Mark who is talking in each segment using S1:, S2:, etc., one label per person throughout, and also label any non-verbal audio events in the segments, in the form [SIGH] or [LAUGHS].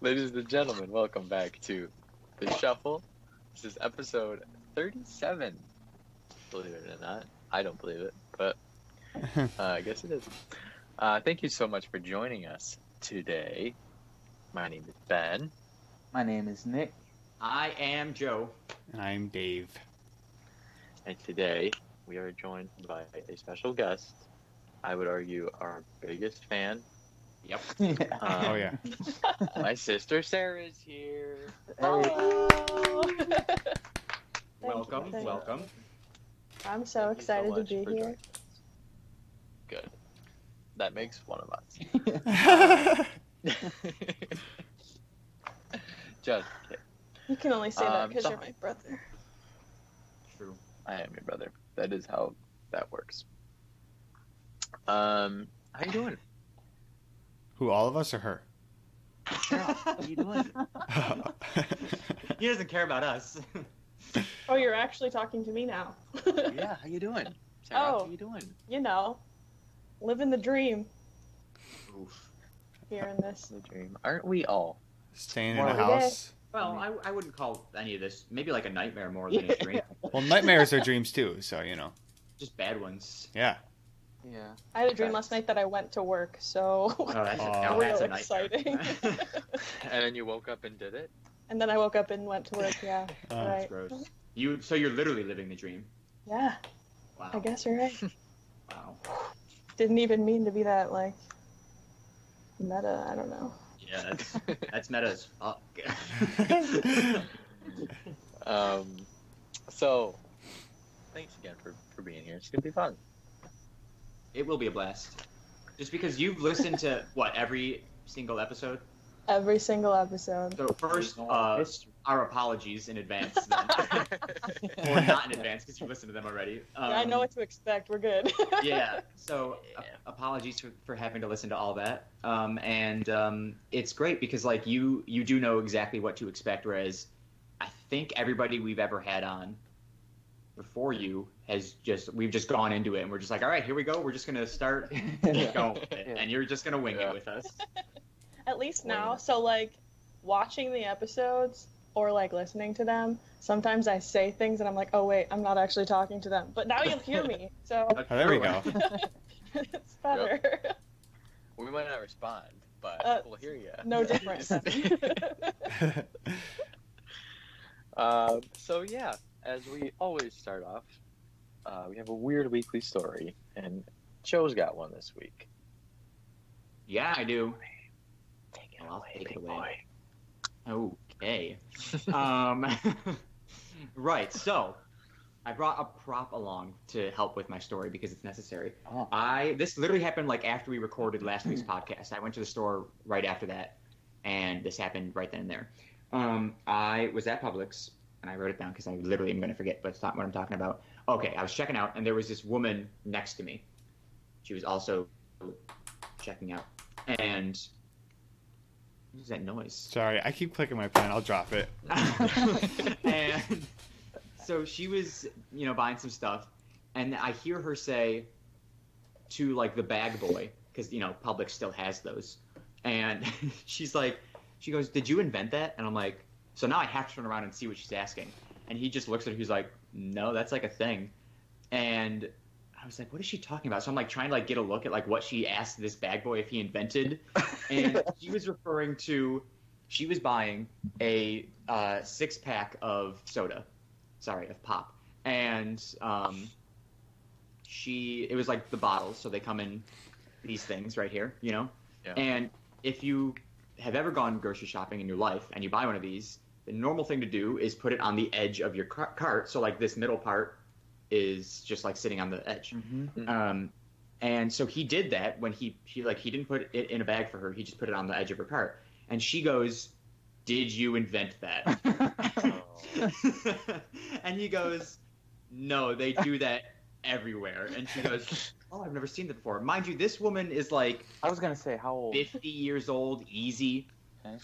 S1: Ladies and gentlemen, welcome back to The Shuffle. This is episode 37. Believe it or not, I don't believe it, but uh, I guess it is. Uh, thank you so much for joining us today. My name is Ben.
S2: My name is Nick.
S3: I am Joe.
S4: And I'm Dave.
S1: And today we are joined by a special guest. I would argue our biggest fan.
S3: Yep. Uh,
S1: Um,
S4: Oh yeah.
S1: My sister Sarah is here.
S5: Oh,
S3: welcome,
S5: thank you.
S3: welcome.
S5: I'm so
S1: Thank you
S5: excited to
S1: much
S5: be
S1: for
S5: here.
S1: joining us. Good. That makes one of us. [LAUGHS] Just kidding.
S5: You can only say that
S1: Um,
S5: because
S1: so-
S5: you're my brother.
S3: True.
S1: I am your brother. That is how that works. Um, how you [LAUGHS] doing?
S4: [LAUGHS] Who? All of us or her?
S1: you doing?
S3: He doesn't care about us. [LAUGHS]
S5: Oh, you're actually talking to me now.
S1: yeah, how you doing? Sarah,
S5: Oh.
S1: how you doing?
S5: You know, living the dream
S3: Oof.
S5: here in this.
S1: The dream. Aren't we all?
S4: [LAUGHS] Staying in a
S1: Well,
S4: house.
S3: Well,
S5: Mm.
S3: I, I wouldn't call any of this maybe like a nightmare more than a dream.
S4: Well, nightmares are dreams too, so you know.
S3: Just bad ones.
S4: Yeah.
S1: Yeah.
S5: I had a dream last night that I went to work, so. [LAUGHS]
S3: Oh, that's,
S4: Aw.
S3: now that's a
S5: Real
S3: [LAUGHS] nightmare.
S5: exciting.
S1: And then you woke up and did it.
S5: and then I woke up and went to work, yeah.
S4: Uh,
S5: [LAUGHS] right.
S3: that's gross. You so you're literally living the dream.
S5: Yeah,
S3: Wow.
S5: I guess you're
S1: [LAUGHS]
S5: right.
S3: Wow.
S5: Didn't even mean to be that, like, meta, I don't know.
S3: Yeah, that's that's meta as fuck.
S4: [LAUGHS]
S1: Um, so thanks again for for being here. It's gonna be fun.
S3: it will be a blast. Just because you've listened to what every single episode.
S5: Every single episode.
S3: So first, uh, our apologies in advance. Then. or not in advance because you listened to them already. Um,
S5: I know what to expect, we're good. [LAUGHS]
S3: yeah. So a- apologies for, for having to listen to all that. Um, and um, it's great because like you you do know exactly what to expect, whereas I think everybody we've ever had on before you has just we've just gone into it and we're just like, all right, here we go. We're just gonna start [LAUGHS] going, with it, and you're just gonna wing
S1: Yeah.
S3: it with us.
S5: At least
S1: Wait a
S5: now.
S1: minute.
S5: So like watching the episodes or like listening to them, sometimes I say things and I'm like, oh wait, I'm not actually talking to them. But now you'll hear me. So
S4: Oh, there we go.
S5: [LAUGHS] it's better.
S1: [LAUGHS] We might not respond, but
S5: Uh,
S1: we'll hear you.
S5: no
S1: [LAUGHS]
S5: difference.
S1: Um, so yeah, as we always start off, uh, we have a weird weekly story, and Joe's got one this week.
S3: [LAUGHS] Yeah, I do.
S1: Take
S3: it away, big boy. Okay. um, [LAUGHS] right. So, I brought a prop along to help with my story because it's necessary.
S2: Oh.
S3: I this literally happened like after we recorded last week's podcast. I went to the store right after that, and this happened right then and there. Um, I was at Publix and I wrote it down because I literally am going to forget, but it's not what I'm talking about. Okay, I was checking out and there was this woman next to me. She was also checking out, and what is that noise?
S4: Sorry, I keep clicking my pen. I'll drop it.
S3: [LAUGHS] and so she was, you know, buying some stuff, and I hear her say to like the bag boy, because you know Publix still has those, and [LAUGHS] she's like, she goes, "Did you invent that?" And I'm like, so now I have to turn around and see what she's asking, and he just looks at her, he's like, "No, that's like a thing," and I was like, "What is she talking about?" So I'm like trying to like get a look at like what she asked this bag boy if he invented, and she was referring to she was buying a uh, six pack of soda, sorry, of pop, and um, she it was like the bottles, so they come in these things right here, you know.
S1: Yeah.
S3: And if you have ever gone grocery shopping in your life and you buy one of these, the normal thing to do is put it on the edge of your car- cart, so like this middle part is just like sitting on the edge. Um, and so he did that when he, he like he didn't put it in a bag for her. He just put it on the edge of her cart, and she goes, "Did you invent that?" [LAUGHS] and he goes, "No, they do that everywhere." And she goes, "Oh, I've never seen that before." Mind you, this woman is like
S2: [LAUGHS] I was gonna say how old.
S3: 50 years old, easy.
S2: Okay.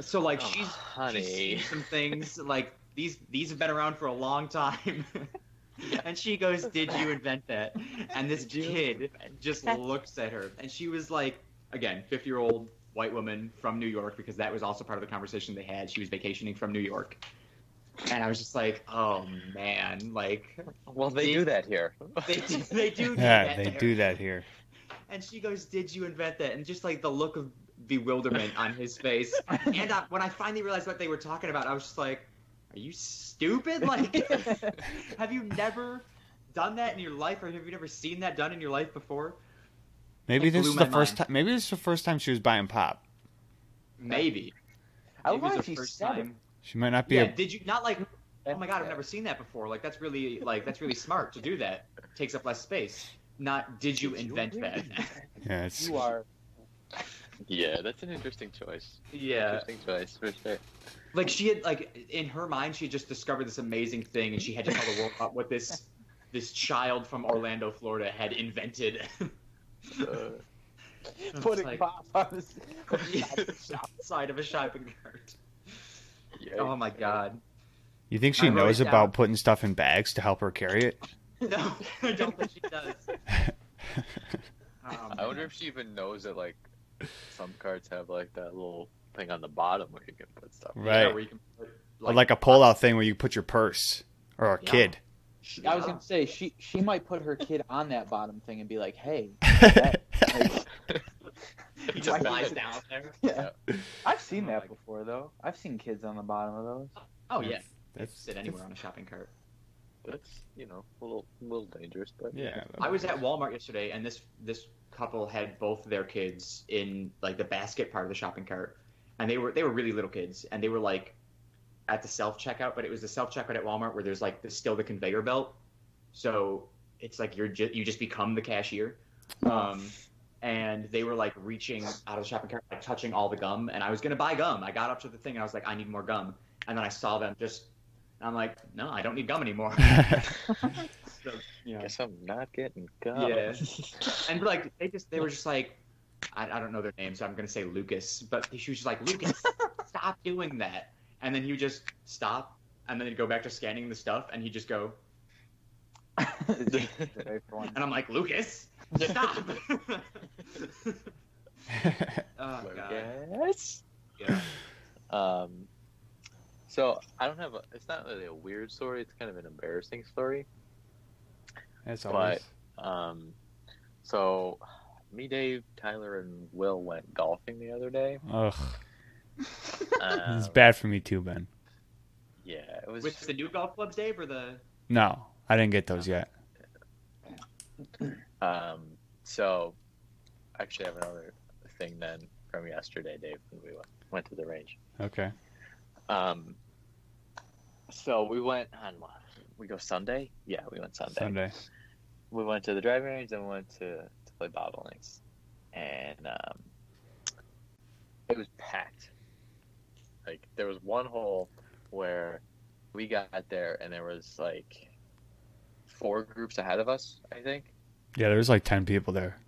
S3: So like
S1: Oh,
S3: she's
S1: honey.
S3: she's seen some things like these these have been around for a long time. [LAUGHS] and she goes, "Did you invent that?" And this
S1: Did you
S3: kid just looks at her and she was like again, 50-year-old white woman from New York because that was also part of the conversation they had. She was vacationing from New York. And I was just like, oh man, like [LAUGHS]
S1: Well, they do that here.
S3: they do,
S1: [LAUGHS]
S3: they do, do
S4: Yeah,
S3: that
S4: they
S3: there.
S4: do that here.
S3: And she goes, "Did you invent that?" And just like the look of bewilderment on his face, and I, when I finally realized what they were talking about, I was just like, "Are you stupid?
S1: [LAUGHS]
S3: [LAUGHS] [LAUGHS] Like, have you never done that in your life, or have you never seen that done in your life before?
S4: Maybe
S3: It
S4: this
S3: blew
S4: is the
S3: my
S4: first
S3: mind.
S4: time. Maybe this is the first time she was buying pop.
S3: Maybe."
S2: I
S3: Maybe it was
S2: wonder
S3: the
S2: if he
S3: first
S2: said it.
S3: time.
S4: She might not be
S3: Yeah,
S4: a
S3: did you not like? Oh my god, I've never seen that before. Like, that's really like that's really smart to do that. Takes up less space. Not did you
S2: Did you
S3: invent
S2: really
S3: that? [LAUGHS]
S4: yeah. It's,
S2: You are.
S1: Yeah, that's an interesting choice.
S3: yeah.
S1: Interesting choice for sure.
S3: like she had like in her mind she had just discovered this amazing thing and she had to tell the world about what this this child from orlando florida had invented [LAUGHS]
S1: Uh,
S3: It's
S2: Putting
S3: like-
S2: pop on his.
S3: [LAUGHS] outside of a shopping cart
S1: [LAUGHS] yeah.
S3: oh my god
S4: You think she
S3: I wrote
S4: knows
S3: it down.
S4: about putting stuff in bags to help her carry it?
S3: no i don't think she does
S2: [LAUGHS]
S3: Oh,
S1: I wonder
S3: man.
S1: if she even knows that like some cards have like that little thing on the bottom where you can put stuff.
S3: Yeah,
S4: right.
S3: where you can put,
S4: Or like a pull-out thing where you put your purse or a
S3: Yeah.
S4: kid.
S2: She, I was gonna say she she might put her kid on that bottom thing and be like,
S4: [LAUGHS]
S2: hey, like,
S3: [LAUGHS] he
S1: It's
S3: just
S1: a
S3: lies
S1: bag.
S3: down there
S2: yeah. I've seen
S3: Oh my-
S2: that before though. I've seen kids on the bottom of those.
S3: oh yeah
S4: That's-
S3: sit anywhere on a shopping cart
S1: That's you know a little a little dangerous, but
S4: Yeah.
S3: I was at Walmart yesterday, and this this couple had both their kids in like the basket part of the shopping cart, and they were they were really little kids, and they were like at the self checkout, but it was the self checkout at Walmart where there's like the, still the conveyor belt, so it's like you're just you just become the cashier, um, and they were like reaching out of the shopping cart, like touching all the gum, and I was gonna buy gum. I got up to the thing, and I was like, I need more gum, and then I saw them just. and I'm like, no, I don't need gum anymore. [LAUGHS] So,
S1: I
S3: yeah.
S1: guess I'm not getting gum. [LAUGHS]
S3: Yeah. And like they just they were just like I, I don't know their name, so I'm gonna say Lucas. But she was just like Lucas, stop doing that. And then he would just stop, and then he'd go back to scanning the stuff, and he'd just go.
S2: Everyone-
S3: Oh, And I'm like Lucas, stop. [LAUGHS] oh,
S4: [LAUGHS]
S3: God.
S1: Yes.
S3: Yeah.
S1: Um. So I don't have a. It's not really a weird story. It's kind of an embarrassing story.
S4: That's
S1: But-
S4: always.
S1: Um. So, me, Dave, Tyler, and Will went golfing the other day.
S4: Ugh.
S1: Um,
S4: [LAUGHS] This is bad for me too, Ben.
S1: Yeah, it was.
S3: With the new golf clubs, Dave, or the
S4: No, I didn't get those yet.
S1: Um, so, I actually have another thing then from yesterday, Dave, when we went, went to the range.
S4: Okay.
S1: Um, so we went on what? We go Sunday? Yeah, we went Sunday.
S4: Sunday.
S1: We went to the driving range, then we went to, to play bobbleheads. And um, it was packed. Like, there was one hole where we got there, and there was like four groups ahead of us, I think.
S4: Yeah, there was like ten people there.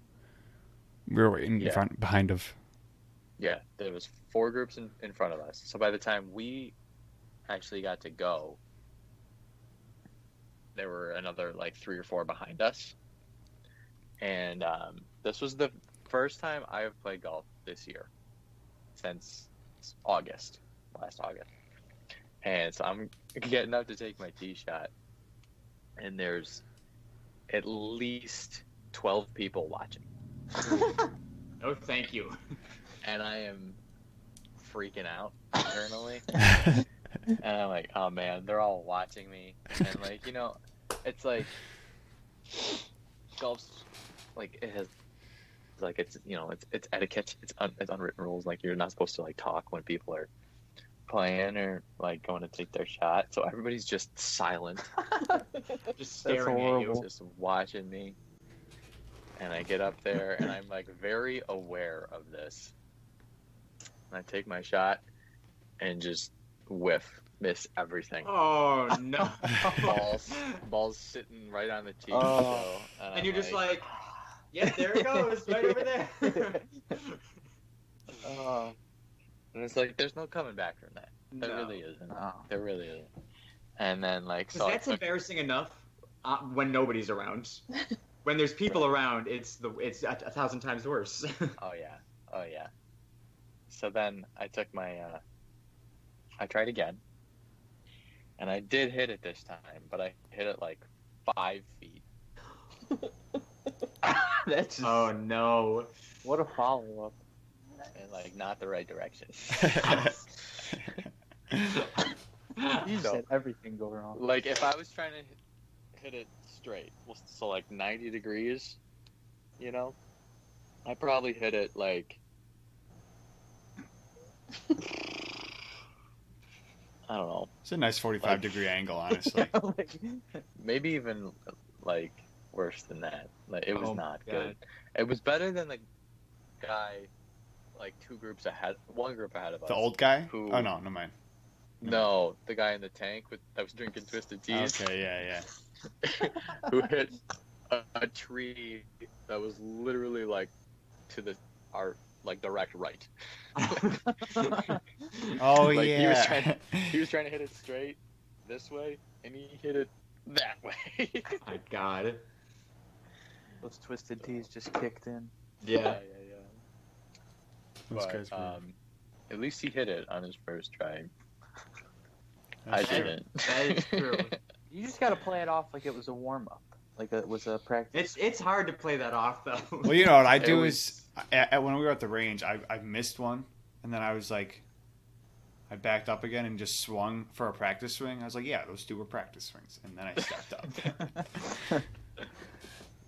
S4: We were waiting in
S1: Yeah.
S4: front behind [LAUGHS] of.
S1: Yeah, there was four groups in, in front of us. So by the time we actually got to go, there were another like three or four behind us. And um, this was the first time I have played golf this year since August, last August. And so I'm getting up to take my tee shot, and there's at least 12 people watching.
S3: no, oh, thank you.
S1: and I am freaking out internally. [LAUGHS] and I'm like, oh man, they're all watching me. And like, you know, it's like golf's like it has like it's you know it's it's etiquette, it's un, it's unwritten rules. Like you're not supposed to like talk when people are playing or like going to take their shot. So everybody's just silent
S3: Just staring
S1: he was
S3: at you.
S2: horrible.
S1: just watching me. And I get up there and I'm like very aware of this. And I take my shot and just whiff, miss everything.
S3: Oh no. [LAUGHS]
S1: Balls, balls sitting right on the tee.
S2: Oh.
S1: so- I'm
S3: and you're just like, yeah, there it goes, right over there. [LAUGHS]
S2: Oh,
S1: and it's like, there's no coming back from that. There
S3: No.
S1: really isn't.
S2: [LAUGHS] no.
S1: There really isn't. And then like,
S3: 'Cause
S1: so I
S3: that's
S1: took-
S3: embarrassing enough uh, when nobody's around.
S1: [LAUGHS] [LAUGHS]
S3: When there's people around, it's the it's a, a thousand times worse.
S1: oh yeah, oh yeah. so then I took my, uh, I tried again, and I did hit it this time, but I hit it like five feet. That's just,
S3: Oh no. [LAUGHS]
S2: What a follow [LAUGHS] up.
S1: and like not the right direction. [LAUGHS]
S2: You
S1: So-
S2: said everything go wrong. [LAUGHS]
S1: like if I was trying to hit- hit it straight, well, so like ninety degrees, you know, I probably hit it like I don't know,
S4: It's a nice 45
S1: [LAUGHS]
S4: degree angle, honestly.
S2: Like,
S1: maybe even like worse than that. Like it was
S3: Oh my
S1: not
S3: God.
S1: good. It was better than the guy, like two groups ahead, one group ahead of us.
S4: the old guy?
S1: Who-
S4: Oh, no, no mind.
S1: No, the guy in the tank with that was drinking twisted teas.
S4: Okay, yeah,
S1: [LAUGHS]
S4: yeah.
S1: who hit a, a tree that was literally like to the our like direct right.
S4: Oh,
S1: Like,
S4: yeah.
S1: he was trying- He
S4: [LAUGHS]
S1: was trying to hit it straight this way, and he hit it that way.
S3: My God.
S2: those twisted tees just kicked in.
S3: Yeah.
S1: [LAUGHS] yeah.
S4: Those guys
S1: But,
S4: were-
S1: um, at least he hit it on his first try. I
S4: that's true.
S1: didn't.
S3: That is true.
S2: You just got to play it off like it was a warm up, like it was a
S3: It's
S2: practice.
S3: it's hard to play that off though.
S4: Well, you know
S2: [LAUGHS]
S4: what I
S1: It
S4: do
S1: was-
S4: is at, at- when we were at the range, I, I missed one, and then I was like, I backed up again and just swung for a practice swing. I was like, yeah, those two were practice swings, and then I stepped
S2: [LAUGHS]
S4: up.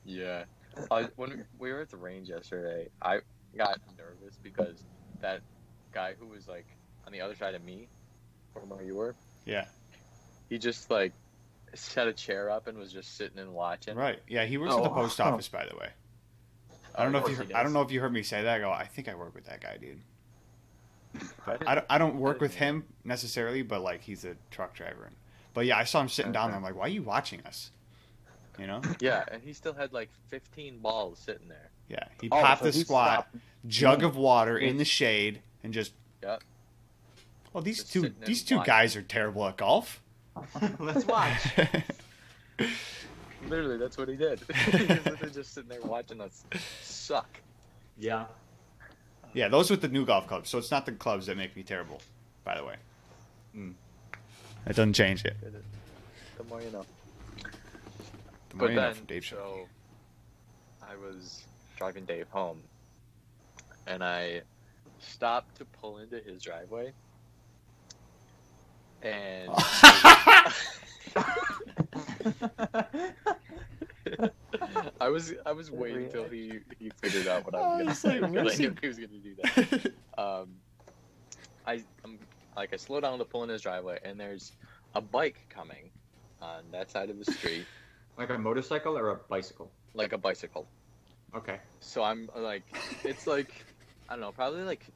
S1: Yeah. Uh, when we were at the range yesterday, I got nervous because that guy who was like on the other side of me, from where you were,
S4: yeah,
S1: he just like set a chair up and was just sitting and watching.
S4: right. Yeah, he works at the
S2: Oh.
S4: post office, by the way. I don't know if you heard, I don't know if you heard me say that. I go, I think I work with that guy,
S2: [LAUGHS]
S4: dude. But I don't, I don't work with him necessarily, but like he's a truck driver. And, but yeah, I saw him sitting down there. I'm like, why are you watching us? You know?
S1: Yeah, and he still had like 15 balls sitting there.
S4: Yeah, he
S2: Oh,
S4: popped
S2: so
S4: the
S2: he
S4: squat.
S2: stopped.
S1: Mm.
S4: jug of water in the shade and just
S1: Yep.
S4: well these
S1: Just
S4: two
S1: sitting there
S4: these two
S1: watching.
S4: guys are terrible at
S1: [LAUGHS]
S4: golf
S3: [LAUGHS] Let's watch.
S1: Literally, that's what he did. [LAUGHS] he was literally just sitting there watching us suck.
S3: Yeah.
S4: yeah those with the new golf clubs so it's not the clubs that make me terrible by the way
S3: Mm.
S4: that doesn't change it
S1: The more you know.
S4: the more
S1: But
S4: you know
S1: then,
S4: from Dave show.
S1: so I was driving Dave home, and I stopped to pull into his driveway,
S4: [LAUGHS]
S1: and I was I was waiting till he he figured out what I
S4: I
S1: was gonna
S4: was
S1: say [LAUGHS]
S4: like,
S1: 'cause
S4: what's
S1: I knew
S4: he-
S1: he was gonna do that. um, I I'm, like I slow down to pull in his driveway, and there's a bike coming on that side of the street,
S3: Like a motorcycle or a bicycle.
S1: like a bicycle.
S3: Okay.
S1: So I'm like, it's like I don't know, probably like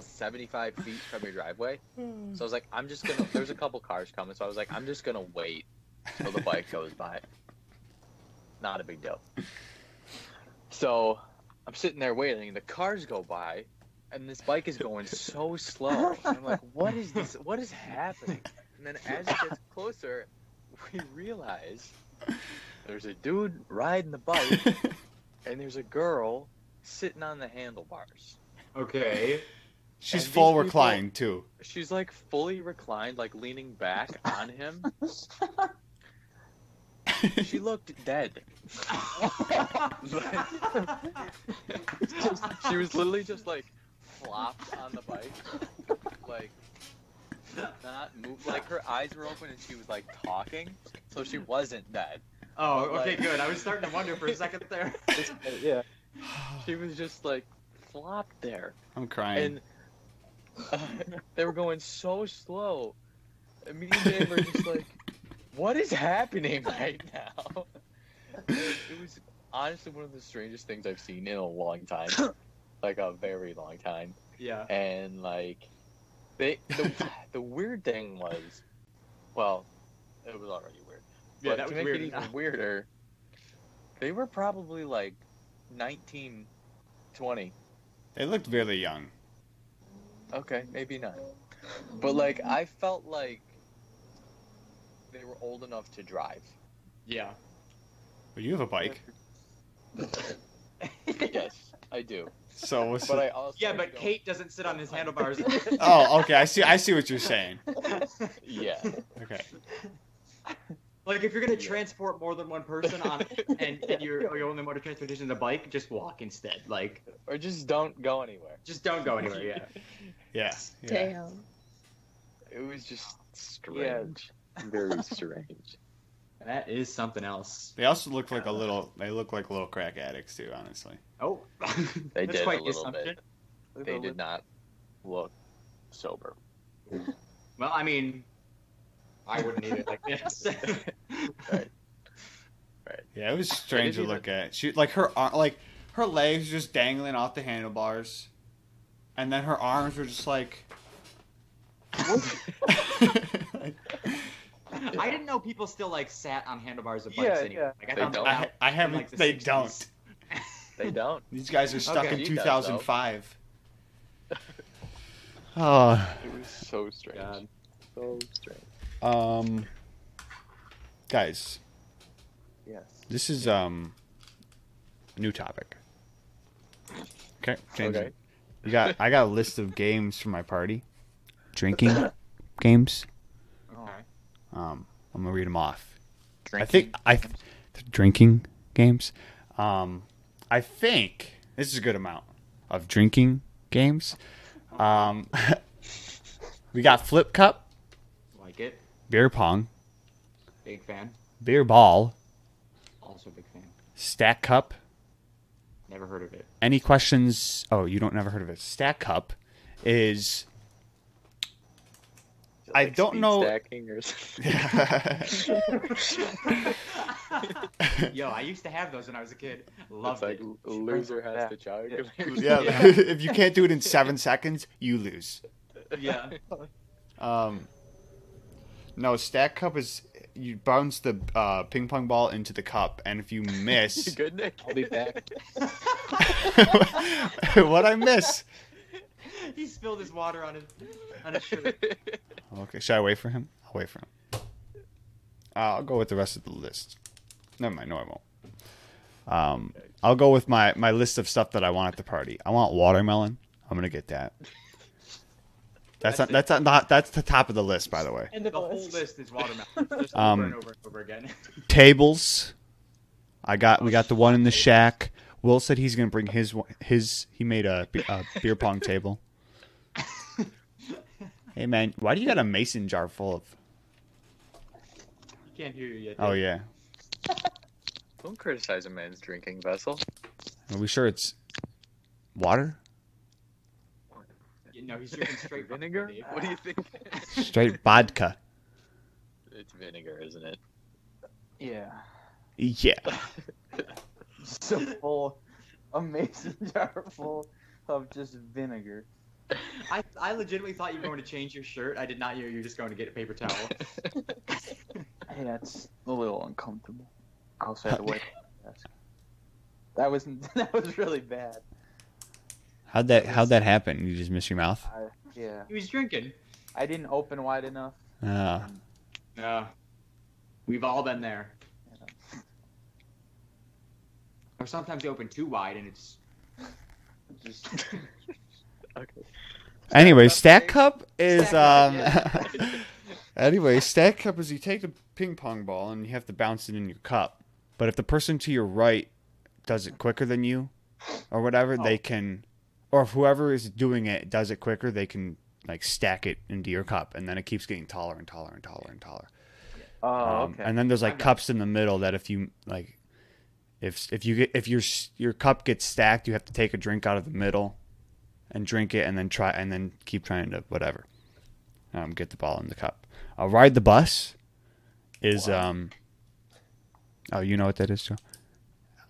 S1: seventy-five feet from your driveway.
S5: Hmm.
S1: So I was like, I'm just gonna. There's a couple cars coming, so I was like, I'm just gonna wait till the bike goes by. Not a big deal. So I'm sitting there waiting. The cars go by, and this bike is going so slow. And I'm like, what is this? What is happening? And then as it gets closer, we realize there's a dude riding the bike, and there's a girl sitting on the handlebars.
S3: Okay.
S4: [LAUGHS]
S1: and
S4: she's
S1: these
S4: full
S1: people- [SIGHS]
S4: reclined too
S1: She's like fully reclined, like leaning back on him. she looked dead. [LAUGHS] She was literally just like flopped on the bike, like not move. Like her eyes were open and she was like talking, so she wasn't dead.
S3: Oh, okay, good. I was starting to wonder for a second there.
S2: [LAUGHS]
S3: [LAUGHS]
S2: yeah.
S1: She was just like flopped there,
S4: i'm
S1: and
S4: crying
S1: uh, [LAUGHS] they were going so slow. And me and Dave were just like, "What is happening [LAUGHS] right now?" And It was honestly one of the strangest things I've seen in a long
S3: [COUGHS]
S1: time, like a very long time.
S3: Yeah.
S1: and like they
S3: [LAUGHS]
S1: the, the weird thing was well it was already weird
S3: Yeah,
S1: but
S3: that
S1: to
S3: was
S1: make
S3: weird.
S1: it even weirder they were probably like 19 20
S4: they looked really young
S1: okay maybe not but like i felt like they were old enough to drive
S3: Yeah.
S1: [LAUGHS]
S4: but you have a bike
S1: yes i do
S4: So what's
S1: But
S4: the-
S1: I also
S3: Yeah, but
S1: don't-
S3: Kate doesn't sit on his handlebars.
S1: [LAUGHS]
S4: oh, okay. I see. I see what you're saying.
S1: Yeah.
S3: [LAUGHS]
S4: Okay.
S3: like if you're gonna
S1: Yeah.
S3: transport more than one person
S1: [LAUGHS]
S3: on, and, and your your only mode of transportation is a bike, just walk instead. Like
S1: Or just don't go anywhere.
S3: just don't go anywhere. Yeah.
S4: Yeah. yeah.
S5: Damn.
S1: It was just strange. [LAUGHS] Very strange.
S3: That is something else.
S4: They also look like a little. They look like little crack addicts too. Honestly.
S3: Oh, [LAUGHS]
S1: They
S3: that's
S1: did
S3: quite
S1: a
S3: the
S1: little
S3: assumption.
S1: bit. They did not look sober.
S3: Well, I mean, I wouldn't either.
S1: [LAUGHS]
S3: Like this.
S1: Right.
S4: Yeah, it was strange to
S1: even-
S4: look at. She like her ar- like her legs just dangling off the handlebars, and then her arms were just
S3: [LAUGHS]
S4: like.
S3: Oh, I didn't know people still like sat on handlebars of bikes
S2: Yeah,
S3: anymore.
S2: yeah.
S3: Like I
S1: They
S3: found
S1: don't.
S3: that out
S4: I, I haven't.
S3: in, like, the
S4: they
S3: 60s.
S4: don't.
S1: They don't.
S4: These guys are stuck
S3: Okay.
S4: in
S1: He does, though.
S3: [LAUGHS]
S4: 2005. Oh.
S1: It was so strange.
S3: God.
S1: So strange.
S4: Um, guys,
S1: Yes.
S4: this is um, a new topic. Okay, change
S1: Okay.
S4: it. You got? I got a list of games for my party, drinking games.
S3: Okay.
S4: Um, I'm gonna read them off. I think I th- drinking games. Um, I think this is a good amount of drinking games. Um, [LAUGHS] we got flip cup,
S3: Like it.
S4: beer pong,
S3: Big fan.
S4: beer ball,
S3: Also big fan.
S4: stack cup.
S3: Never heard of
S1: [LAUGHS]
S3: it. [LAUGHS]
S4: any questions? Oh, you don't never heard of it. Stack Cup is. I
S1: Like
S4: don't
S1: speed
S4: know-
S1: Stacking or
S4: [LAUGHS]
S1: something.
S3: Yo, I used to have those when I was a kid.
S1: It's
S3: Loved
S1: like
S3: it.
S1: loser has
S2: back.
S1: to jog. [LAUGHS]
S4: yeah, [LAUGHS] if you can't do it in seven seconds, you lose.
S3: [LAUGHS] Yeah.
S4: Um, no, Stack Cup is you bounce the uh, ping pong ball into the cup, and if
S1: [LAUGHS] You
S4: you [LAUGHS] miss,
S1: good, Nick?
S2: I'll be back.
S1: [LAUGHS]
S3: [LAUGHS]
S4: what I miss?
S3: [LAUGHS] he spilled his water on his on his
S2: [LAUGHS]
S3: shirt.
S4: Okay, should I wait for him? I'll wait for him. Uh, I'll go with the rest of the list. Never mind. No, I won't. Um, I'll go with my my list of stuff that I want at the party. I want watermelon. I'm gonna get that. That's
S3: That's
S4: not,
S3: it.
S4: that's not, that's the top of the list, by the way.
S5: End
S3: The
S5: of the
S3: whole
S5: list.
S3: list is
S2: [LAUGHS]
S3: watermelon. Just over
S4: Um,
S3: and over and over again. [LAUGHS]
S4: Tables. I got we got the one in the shack. Will said he's gonna bring his one- his. He made a, be- a beer pong
S3: [LAUGHS]
S4: table. Hey man, why do you got a mason jar full of?
S3: Can't hear you yet.
S4: Oh yeah,
S1: Don't criticize a man's drinking vessel.
S4: are we sure it's water?
S3: yeah. No, he's drinking
S1: [LAUGHS]
S3: straight
S1: Vinegar?
S3: vodka,
S1: What do you think?
S3: Dave.
S4: Straight vodka.
S1: [LAUGHS] it's vinegar, isn't it?
S2: [LAUGHS] Yeah.
S4: Yeah.
S2: Just a full, amazing [LAUGHS] jar full of just vinegar.
S3: I, I legitimately thought you were going to change your shirt. I did not know you were just going to get a paper towel.
S1: [LAUGHS]
S2: Hey, that's a little uncomfortable. I also had to wait. for the desk. That was [LAUGHS] that was really bad.
S4: How'd that how'd that happen? You just miss your mouth?
S2: I, yeah,
S3: he was drinking.
S2: I didn't open wide enough.
S4: Uh,
S3: No. We've all been there. Or sometimes you open too wide and it's
S2: Just
S1: Okay.
S4: anyway, stack cup is um
S3: Stack
S4: [LAUGHS] anyway, stack cup is you take the ping pong ball and you have to bounce it in your cup. But if the person to your right does it quicker than you or whatever, they can or if whoever is doing it does it quicker, they can like stack it into your cup and then it keeps getting taller and taller and taller and taller.
S2: oh
S4: Um,
S2: okay.
S4: And then there's like
S3: I got
S4: cups in the middle that if you like, if if you get if your s- your cup gets stacked, you have to take a drink out of the middle, and drink it, and then try and then keep trying to whatever, um, get the ball in the cup. Uh, ride the bus, is um. Oh, you know what that is, Joe.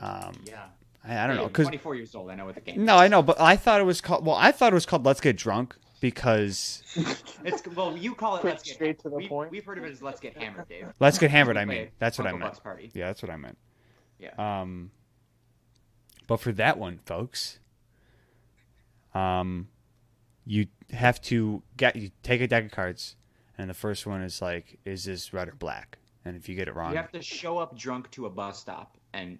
S4: Um,
S3: yeah.
S4: I, I don't know
S3: I'm
S4: because
S3: 24 years old. I know what the game. is.
S4: no, I know, but I thought it was called. Well, I thought it was called Let's Get Drunk because
S3: It's well, you call it.
S2: Quick,
S3: Let's get
S2: straight to the
S3: we,
S2: point.
S3: We've heard of it as Let's Get Hammered, Dave.
S4: Let's Get Hammered. I
S3: Play
S4: mean,
S3: it.
S4: that's what I
S3: Uncle
S4: meant.
S3: Buck's Party.
S4: Yeah, that's what I meant.
S3: Yeah.
S4: Um, but for that one, folks, um, you have to get you take a deck of cards, and the first one is like, is this red or black? And if you get it wrong,
S3: You
S4: [LAUGHS]
S3: have to show up drunk to a bus stop and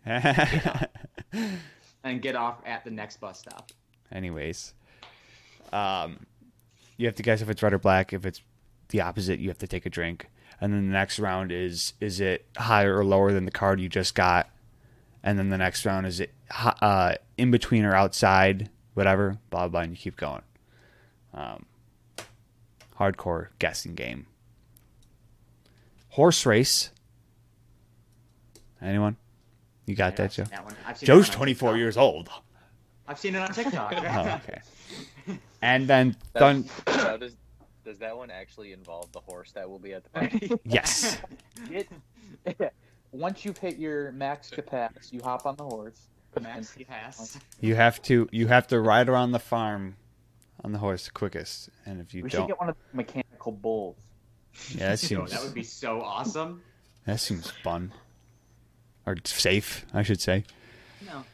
S3: and get off at the next bus stop.
S4: Anyways, um, you have to guess if it's red or black. If it's the opposite, you have to take a drink. And then the next round is is it higher or lower than the card you just got? And then the next round is it hi- uh, in between or outside, whatever, blah, blah, blah, and you keep going. Um, hardcore guessing game. Horse race. Anyone? You got that, Joe?
S3: That one. I've seen
S4: Joe's
S3: that on
S4: 24
S3: TikTok.
S4: years old.
S3: I've seen it on TikTok.
S4: [LAUGHS] Oh,
S3: [LAUGHS]
S4: okay. And then done.
S1: That's- How does does that one actually involve the horse that will be at the [CLEARS THROAT] party?
S4: Yes.
S2: [LAUGHS] Get, once you've hit your max capax, you hop on the horse.
S3: Max pass.
S4: You have to you have to ride around the farm on the horse the quickest, and if you
S2: we should
S4: don't,
S2: get one of the mechanical bulls.
S4: yeah, [LAUGHS]
S3: [LAUGHS]
S4: that
S3: Yo,
S4: seems
S3: that would be so awesome.
S4: that seems fun or safe, I should say.
S3: No.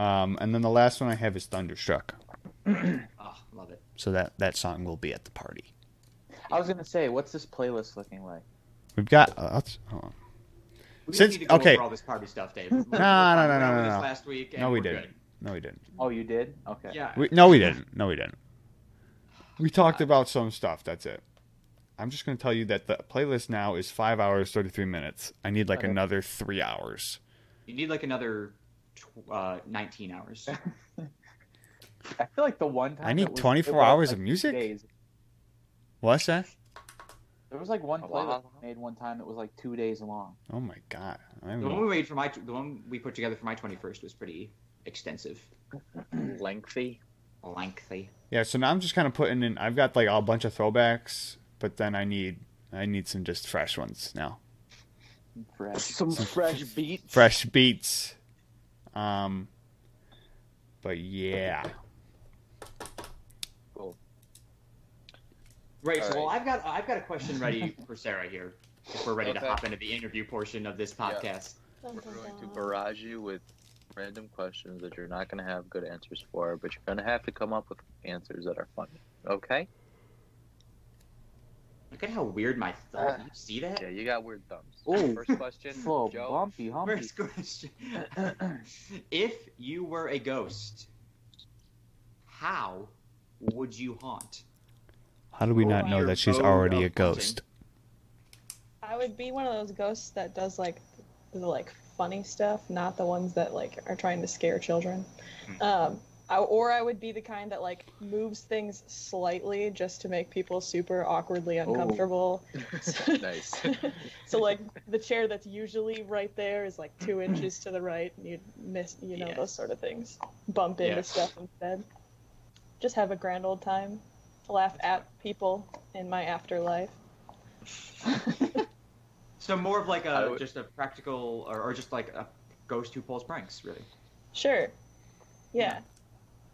S4: Um, and then the last one I have is Thunderstruck,
S3: Oh, love it.
S4: so that that song will be at the party.
S2: I was gonna say, what's this playlist looking like?
S4: We've got uh, let's- hold on.
S3: We just
S4: Since-
S3: need to go
S4: okay.
S3: over all this party
S4: [LAUGHS]
S3: stuff, Dave. No, no,
S4: no, no, no, no.
S3: Last week. and
S4: no, we
S3: we're
S4: didn't. No, we didn't.
S2: Oh, you did? Okay.
S3: good. Yeah.
S4: We, no, we didn't. No, we didn't. We talked about some stuff. That's it. I'm just going to tell you that the playlist now is five hours thirty three minutes. I need like
S2: Okay.
S4: another three hours.
S3: You need like another tw- uh, 19
S4: [LAUGHS]
S3: hours.
S2: I feel like the one time
S4: I need
S2: it was-
S4: 24
S2: it was,
S4: hours
S2: like,
S4: of music?
S2: two Days.
S4: What's that?
S2: There was like one
S1: A
S2: playlist
S1: lot.
S2: made one time that was like two days long.
S4: Oh my god! I don't
S3: The
S4: even
S3: one
S4: know.
S3: we made for my the one we put together for my 21st was pretty extensive,
S1: Lengthy.
S3: lengthy.
S4: Yeah, so now I'm just kind of putting in. I've got like a bunch of throwbacks, but then I need I need some just fresh ones now.
S2: [LAUGHS] Fresh.
S1: Some
S3: [LAUGHS]
S1: fresh beats.
S4: Fresh beats. Um. But yeah,
S3: Right.
S1: All
S3: so, well,
S1: right.
S3: I've got I've got a
S1: [LAUGHS]
S3: question ready for Sarah here. If we're ready to
S1: Okay.
S3: hop into the interview portion of this podcast,
S5: Dun,
S1: We're
S5: dun,
S1: going to
S5: dun.
S1: barrage you with random questions that you're not going to have good answers for, but you're going to have to come up with answers that are funny. Okay?
S3: look at how weird my thumb.
S1: Uh,
S3: you see that?
S1: Yeah, you got weird thumbs.
S2: Ooh. Oh,
S1: First question,
S2: [LAUGHS] Slow,
S1: Joe.
S2: bumpy, humpy.
S3: First [LAUGHS] question: [CLEARS THROAT] If you were a ghost, how would you haunt?
S4: how do we
S3: Roll
S4: not know
S3: your
S4: that she's
S3: mode
S4: already
S3: of
S4: a ghost?
S5: I would be one of those ghosts that does like the like funny stuff, not the ones that like are trying to scare children. Um, I, or I would be the kind that like moves things slightly just to make people super awkwardly uncomfortable.
S1: [LAUGHS] nice.
S5: [LAUGHS] so like the chair that's usually right there is like two inches to the right, and you'd miss, you know,
S3: Yeah.
S5: those sort of things. Bump into
S3: Yeah.
S5: stuff instead. Just have a grand old time, laugh at people in my afterlife.
S3: So more of like
S1: I
S3: a
S1: would-
S3: just a practical, or, or just like a ghost who pulls pranks, really.
S5: Sure. Yeah.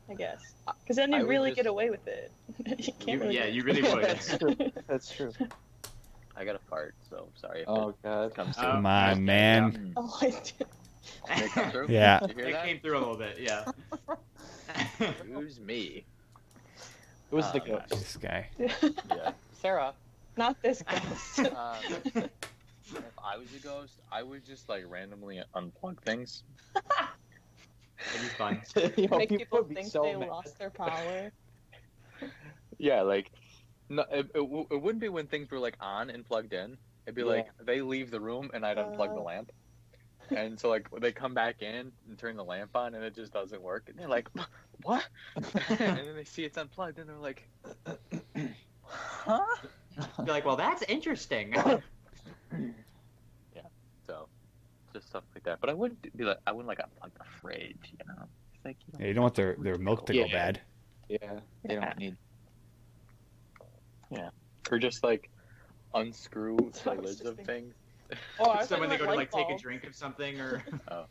S5: I guess. Because then
S1: I
S5: you
S1: would
S5: really
S1: just-
S5: get away with it. [LAUGHS] you can't
S3: You-
S5: really
S3: yeah,
S5: get-
S3: you really would.
S2: That's true. [LAUGHS] That's true.
S1: I got a fart, so sorry if
S2: Oh
S1: it
S2: god.
S1: comes
S3: Oh,
S1: through.
S4: Come on,
S3: okay,
S4: man.
S1: Mm.
S5: [LAUGHS] Oh, I did.
S1: Did it
S2: [LAUGHS]
S1: come through?
S4: Yeah.
S1: Did [LAUGHS] you hear
S3: It
S1: that?
S3: came through a little bit, yeah.
S1: [LAUGHS]
S3: [LAUGHS]
S1: Who's me?
S2: It was the
S1: Uh,
S2: ghost. [LAUGHS]
S4: This guy.
S1: Yeah. [LAUGHS] Sarah.
S5: [LAUGHS] Not this ghost.
S1: Um, if I was a ghost, I would just like randomly unplug things.
S3: It'd be
S5: [LAUGHS]
S3: fun.
S2: You
S5: [LAUGHS]
S2: know,
S5: Make people
S2: would be
S5: think
S2: so
S5: they
S2: mad.
S5: lost their power.
S1: Yeah, like, no, it, it, w- it wouldn't be when things were like on and plugged in. It'd be like they leave the room and I'd unplug the
S5: Uh.
S1: lamp, and so like they come back in and turn the lamp on and it just doesn't work, and they're like, [LAUGHS] "What?" and then they see it's unplugged and they're like, "Huh?"
S3: Be like, well, that's
S1: [LAUGHS]
S3: interesting.
S1: So, just stuff like that. But I wouldn't be like, I wouldn't like unplug the fridge, you know? It's like you
S4: Yeah,
S1: know,
S4: you don't want their their milk to go
S1: Yeah.
S4: bad.
S2: Yeah. They don't need
S1: or just like unscrew
S5: That's
S1: the
S5: what I was
S1: lids
S5: just
S1: of
S5: thinking.
S1: things.
S5: [LAUGHS] Oh, I was
S3: so when they go
S5: thinking
S3: to
S5: about
S3: like
S5: light
S3: take a
S5: bulbs.
S3: drink of something,
S5: [LAUGHS]
S3: or
S1: Oh,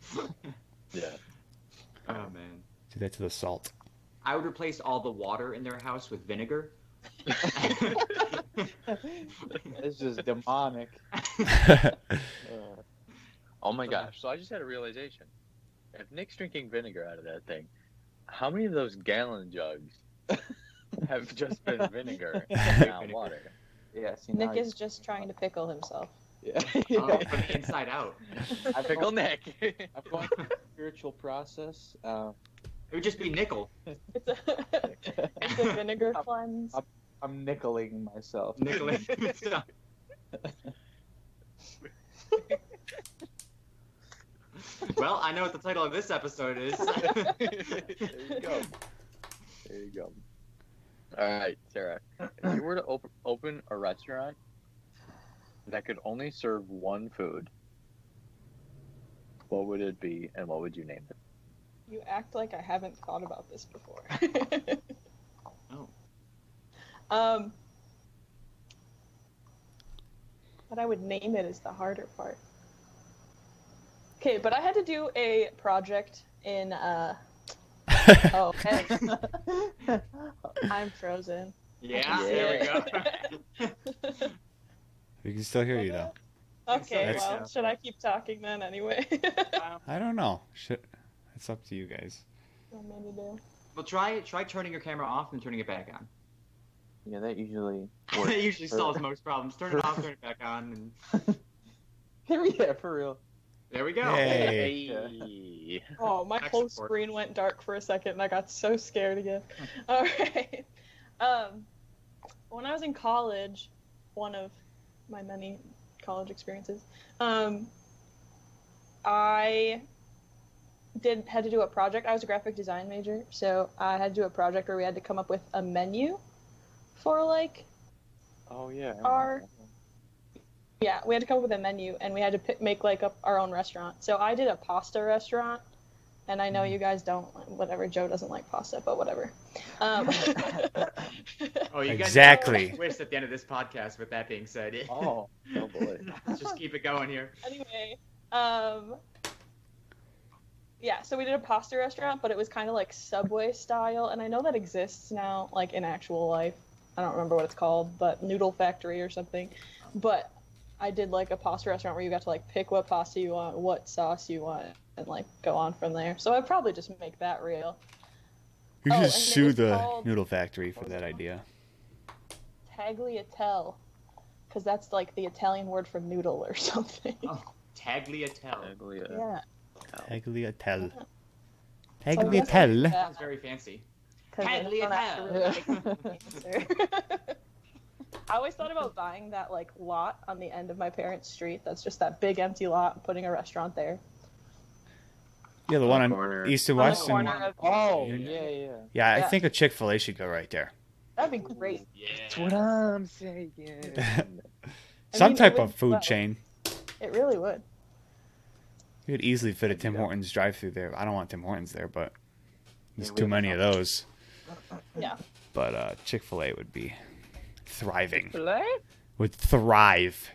S1: yeah.
S3: oh man,
S4: Do that to the salt.
S3: I would replace all the water in their house with
S5: [LAUGHS]
S3: vinegar. Oh,
S2: This is
S5: [LAUGHS]
S2: demonic. Uh,
S1: Oh my gosh! So I just had a realization. If Nick's drinking vinegar out of that thing, how many of those gallon jugs [LAUGHS] have just been
S5: [LAUGHS]
S1: vinegar and not water?
S2: Yeah, see, now
S5: Nick
S2: you-
S5: is just trying to pickle himself.
S2: [LAUGHS]
S5: [LAUGHS]
S2: Yeah.
S3: [LAUGHS] Oh, from the inside out.
S2: I've
S1: Pickle
S2: gone-
S1: Nick.
S2: I've gone through a spiritual process. Um,
S3: It would just be
S5: [LAUGHS]
S3: nickel.
S5: It's a, it's a vinegar cleanse.
S2: I'm nickeling myself.
S3: Nickel. well, I know what the title of this episode is.
S5: [LAUGHS]
S1: there you go. There you go. All right, Sarah. If you were to op- open a restaurant that could only serve one food, what would it be, and what would you name it?
S5: You act like I haven't thought about this before.
S3: Oh.
S5: Um, what I would name it is the harder part. Okay, but I had to do a project in. Uh, oh, hey, I'm frozen.
S3: yeah, there we go.
S4: We can still hear you though.
S5: Okay,
S4: That's-
S5: well, should I keep talking then anyway? [LAUGHS]
S4: I don't know. Shit, it's up to you guys.
S5: Don't make me do.
S3: well, try try turning your camera off and turning it back on.
S2: [LAUGHS] Yeah, that usually
S3: [LAUGHS]
S2: works.
S3: That usually
S2: for-
S3: solves most problems. Turn it off, turn it back on, and
S2: [LAUGHS] yeah, for real.
S3: there we go.
S4: Hey.
S1: Hey.
S5: Oh, my
S3: Back
S5: whole
S3: support.
S5: screen went dark for a second, and I got so scared again. [LAUGHS] All right. Um, when I was in college, one of my many college experiences, um, I did had to do a project. I was a graphic design major, so I had to do a project where we had to come up with a menu for like
S1: [LAUGHS] Oh yeah.
S5: Our- yeah, we had to come up with a menu, and we had to pick, make like up our own restaurant. So I did a pasta restaurant, and I know you guys don't. Whatever, Joe doesn't like pasta, but whatever. Um, [LAUGHS]
S3: Oh, you guys
S4: Exactly.
S3: twist at the end of this podcast. With that being said, [LAUGHS]
S1: Oh, oh boy.
S3: let's just keep it going here.
S5: anyway, um, yeah, so we did a pasta restaurant, but it was kind of like Subway style, and I know that exists now, like in actual life. I don't remember what it's called, but Noodle Factory or something. But I did like a pasta restaurant where you got to like pick what pasta you want, what sauce you want, and like go on from there. So I'd probably just make that real.
S4: You
S5: Oh,
S4: should
S5: and it
S4: sue
S5: was
S4: the
S5: called-
S4: noodle factory for that idea.
S5: Tagliatelle, because that's like the Italian word for noodle or [LAUGHS] something.
S3: Oh, Tagliatelle.
S1: Ugly, uh,
S5: yeah. [LAUGHS]
S4: Tagliatelle.
S5: So I guess I'd do
S4: Tagliatelle.
S5: that,
S3: Sounds very fancy.
S5: 'cause I don't actually
S3: Tagliatelle.
S5: answer. [LAUGHS] I always thought about buying that like lot on the end of my parents' street. That's just that big empty lot, and putting a restaurant there.
S4: Yeah, the one on
S1: corner.
S4: East and
S5: On the
S4: West. and-
S5: corner of-
S2: Oh,
S4: Yeah.
S2: yeah, yeah.
S4: Yeah, I
S5: Yeah.
S4: think a Chick Fil A should go right
S5: [LAUGHS]
S4: there.
S5: That'd be great.
S3: Yeah.
S1: I'm saying.
S4: Some
S5: it
S4: type
S5: would-
S4: of food
S5: well-
S4: chain.
S5: It really would.
S4: You could easily fit a Tim
S1: Yeah.
S4: Hortons drive-through there. I don't want Tim Hortons there, but there's
S2: Yeah, we
S4: too
S2: don't
S4: many of
S2: want
S4: those.
S5: Yeah.
S4: But uh, Chick Fil A would be thriving.
S1: Play?
S4: Would thrive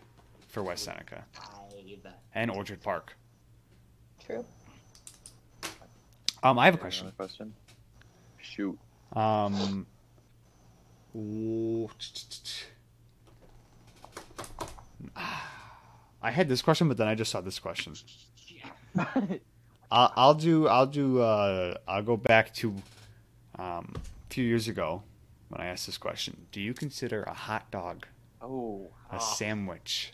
S4: for West Seneca
S3: Five.
S4: and Orchard Park.
S5: True.
S4: Um, I have a question.
S1: question. Shoot.
S4: Um, ooh, I had this question, but then I just saw this question.
S3: Yeah.
S4: I'll, I'll do. I'll do. Uh, I'll go back to um, a few years ago when I asked this question. Do you consider a hot dog
S2: Oh,
S4: a
S3: Ah.
S4: sandwich?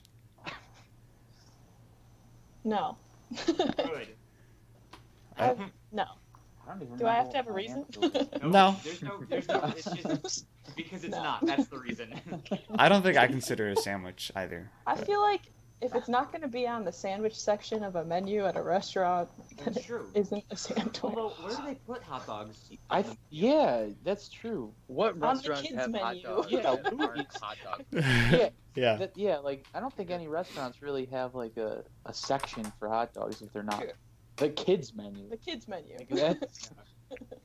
S5: No.
S3: Good. Um,
S5: I've- no.
S2: I don't even
S5: Do I have
S2: remember
S5: to have a
S2: what my
S5: reason?
S2: answer was.
S4: No.
S3: There's no. There's no. It's just because it's
S5: No.
S3: not. That's the
S2: [LAUGHS]
S3: reason.
S4: I don't think I consider it a sandwich either.
S5: I feel like if it's not going to be on the sandwich section of a menu at a restaurant, then
S3: That's
S5: it
S3: true.
S5: isn't a [LAUGHS] sandwich.
S3: Although, where do they put hot dogs?
S2: I th- yeah,
S3: [LAUGHS]
S2: that's true.
S1: What
S5: the
S1: restaurants
S5: kids'
S1: have hot
S5: menu.
S1: dogs?
S2: Yeah,
S1: that
S2: Louis.
S1: aren't hot dogs.
S4: yeah.
S2: Yeah, that, yeah. Like I don't think any restaurants really have like a, a section for hot dogs if they're not
S5: Sure.
S2: the kids menu.
S5: The kids menu.
S2: [LAUGHS] Like, that's,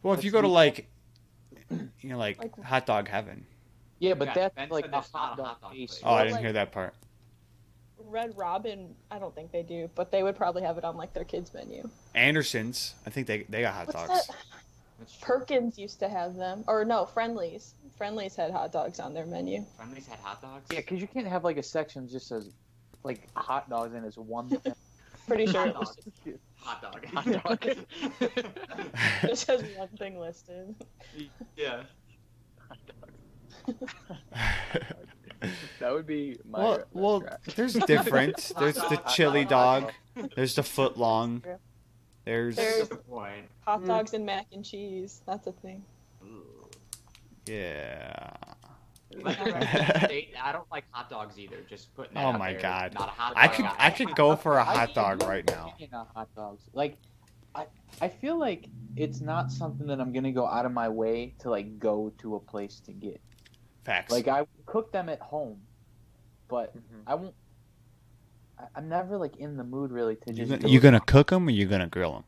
S4: Well, if you go to like, you know, like
S5: Like-
S4: hot dog heaven.
S2: [LAUGHS] yeah, but
S3: Yeah, Ben
S2: that's like
S3: said
S2: a
S3: that's not
S2: hot
S3: a
S2: dog
S3: hot dog
S2: place.
S3: place.
S4: Oh, I
S5: Well,
S4: didn't
S5: like-
S4: hear that part.
S5: Red Robin, I don't think they do, but they would probably have it on like their kids menu.
S4: Anderson's. I think they they got hot
S5: What's
S4: dogs.
S5: that?
S3: That's true.
S5: Perkins used to have them, or no, Friendlies. Friendlies had hot dogs on their menu.
S3: Friendlies had hot dogs.
S2: Yeah, because you can't have like a section just as like hot dogs and it's one. thing.
S5: Pretty sure
S3: Hot
S5: it was
S3: dog. Hot dog. [LAUGHS]
S1: Hot
S4: [LAUGHS]
S5: just has one thing listed.
S3: yeah.
S1: [LAUGHS] That would be my
S4: well,
S1: re-
S4: well,
S5: [LAUGHS]
S1: restaurant.
S4: there's different. There's the chili dog. There's the foot long. There's
S5: There's-
S3: That's the point.
S5: Hot
S2: Mm.
S5: dogs and mac and cheese. That's
S3: [LAUGHS]
S5: a thing.
S3: Ooh.
S4: yeah. [LAUGHS]
S3: They- I don't like hot dogs either. Just putting. That
S4: Oh
S3: out
S4: my
S3: there.
S4: God.
S3: Not a hot dog
S4: I could
S3: guy.
S4: I could go for a hot
S2: I-
S4: dog right now.
S2: You know, hot dogs. Like, I I feel like it's not something that I'm gonna go out of my way to like go to a place to get.
S4: Facts.
S2: Like I cook them at home, but I won't. I, I'm never like in the mood really to
S4: You,
S2: just.
S4: gonna-
S2: go-
S4: you gonna cook them or you gonna grill them?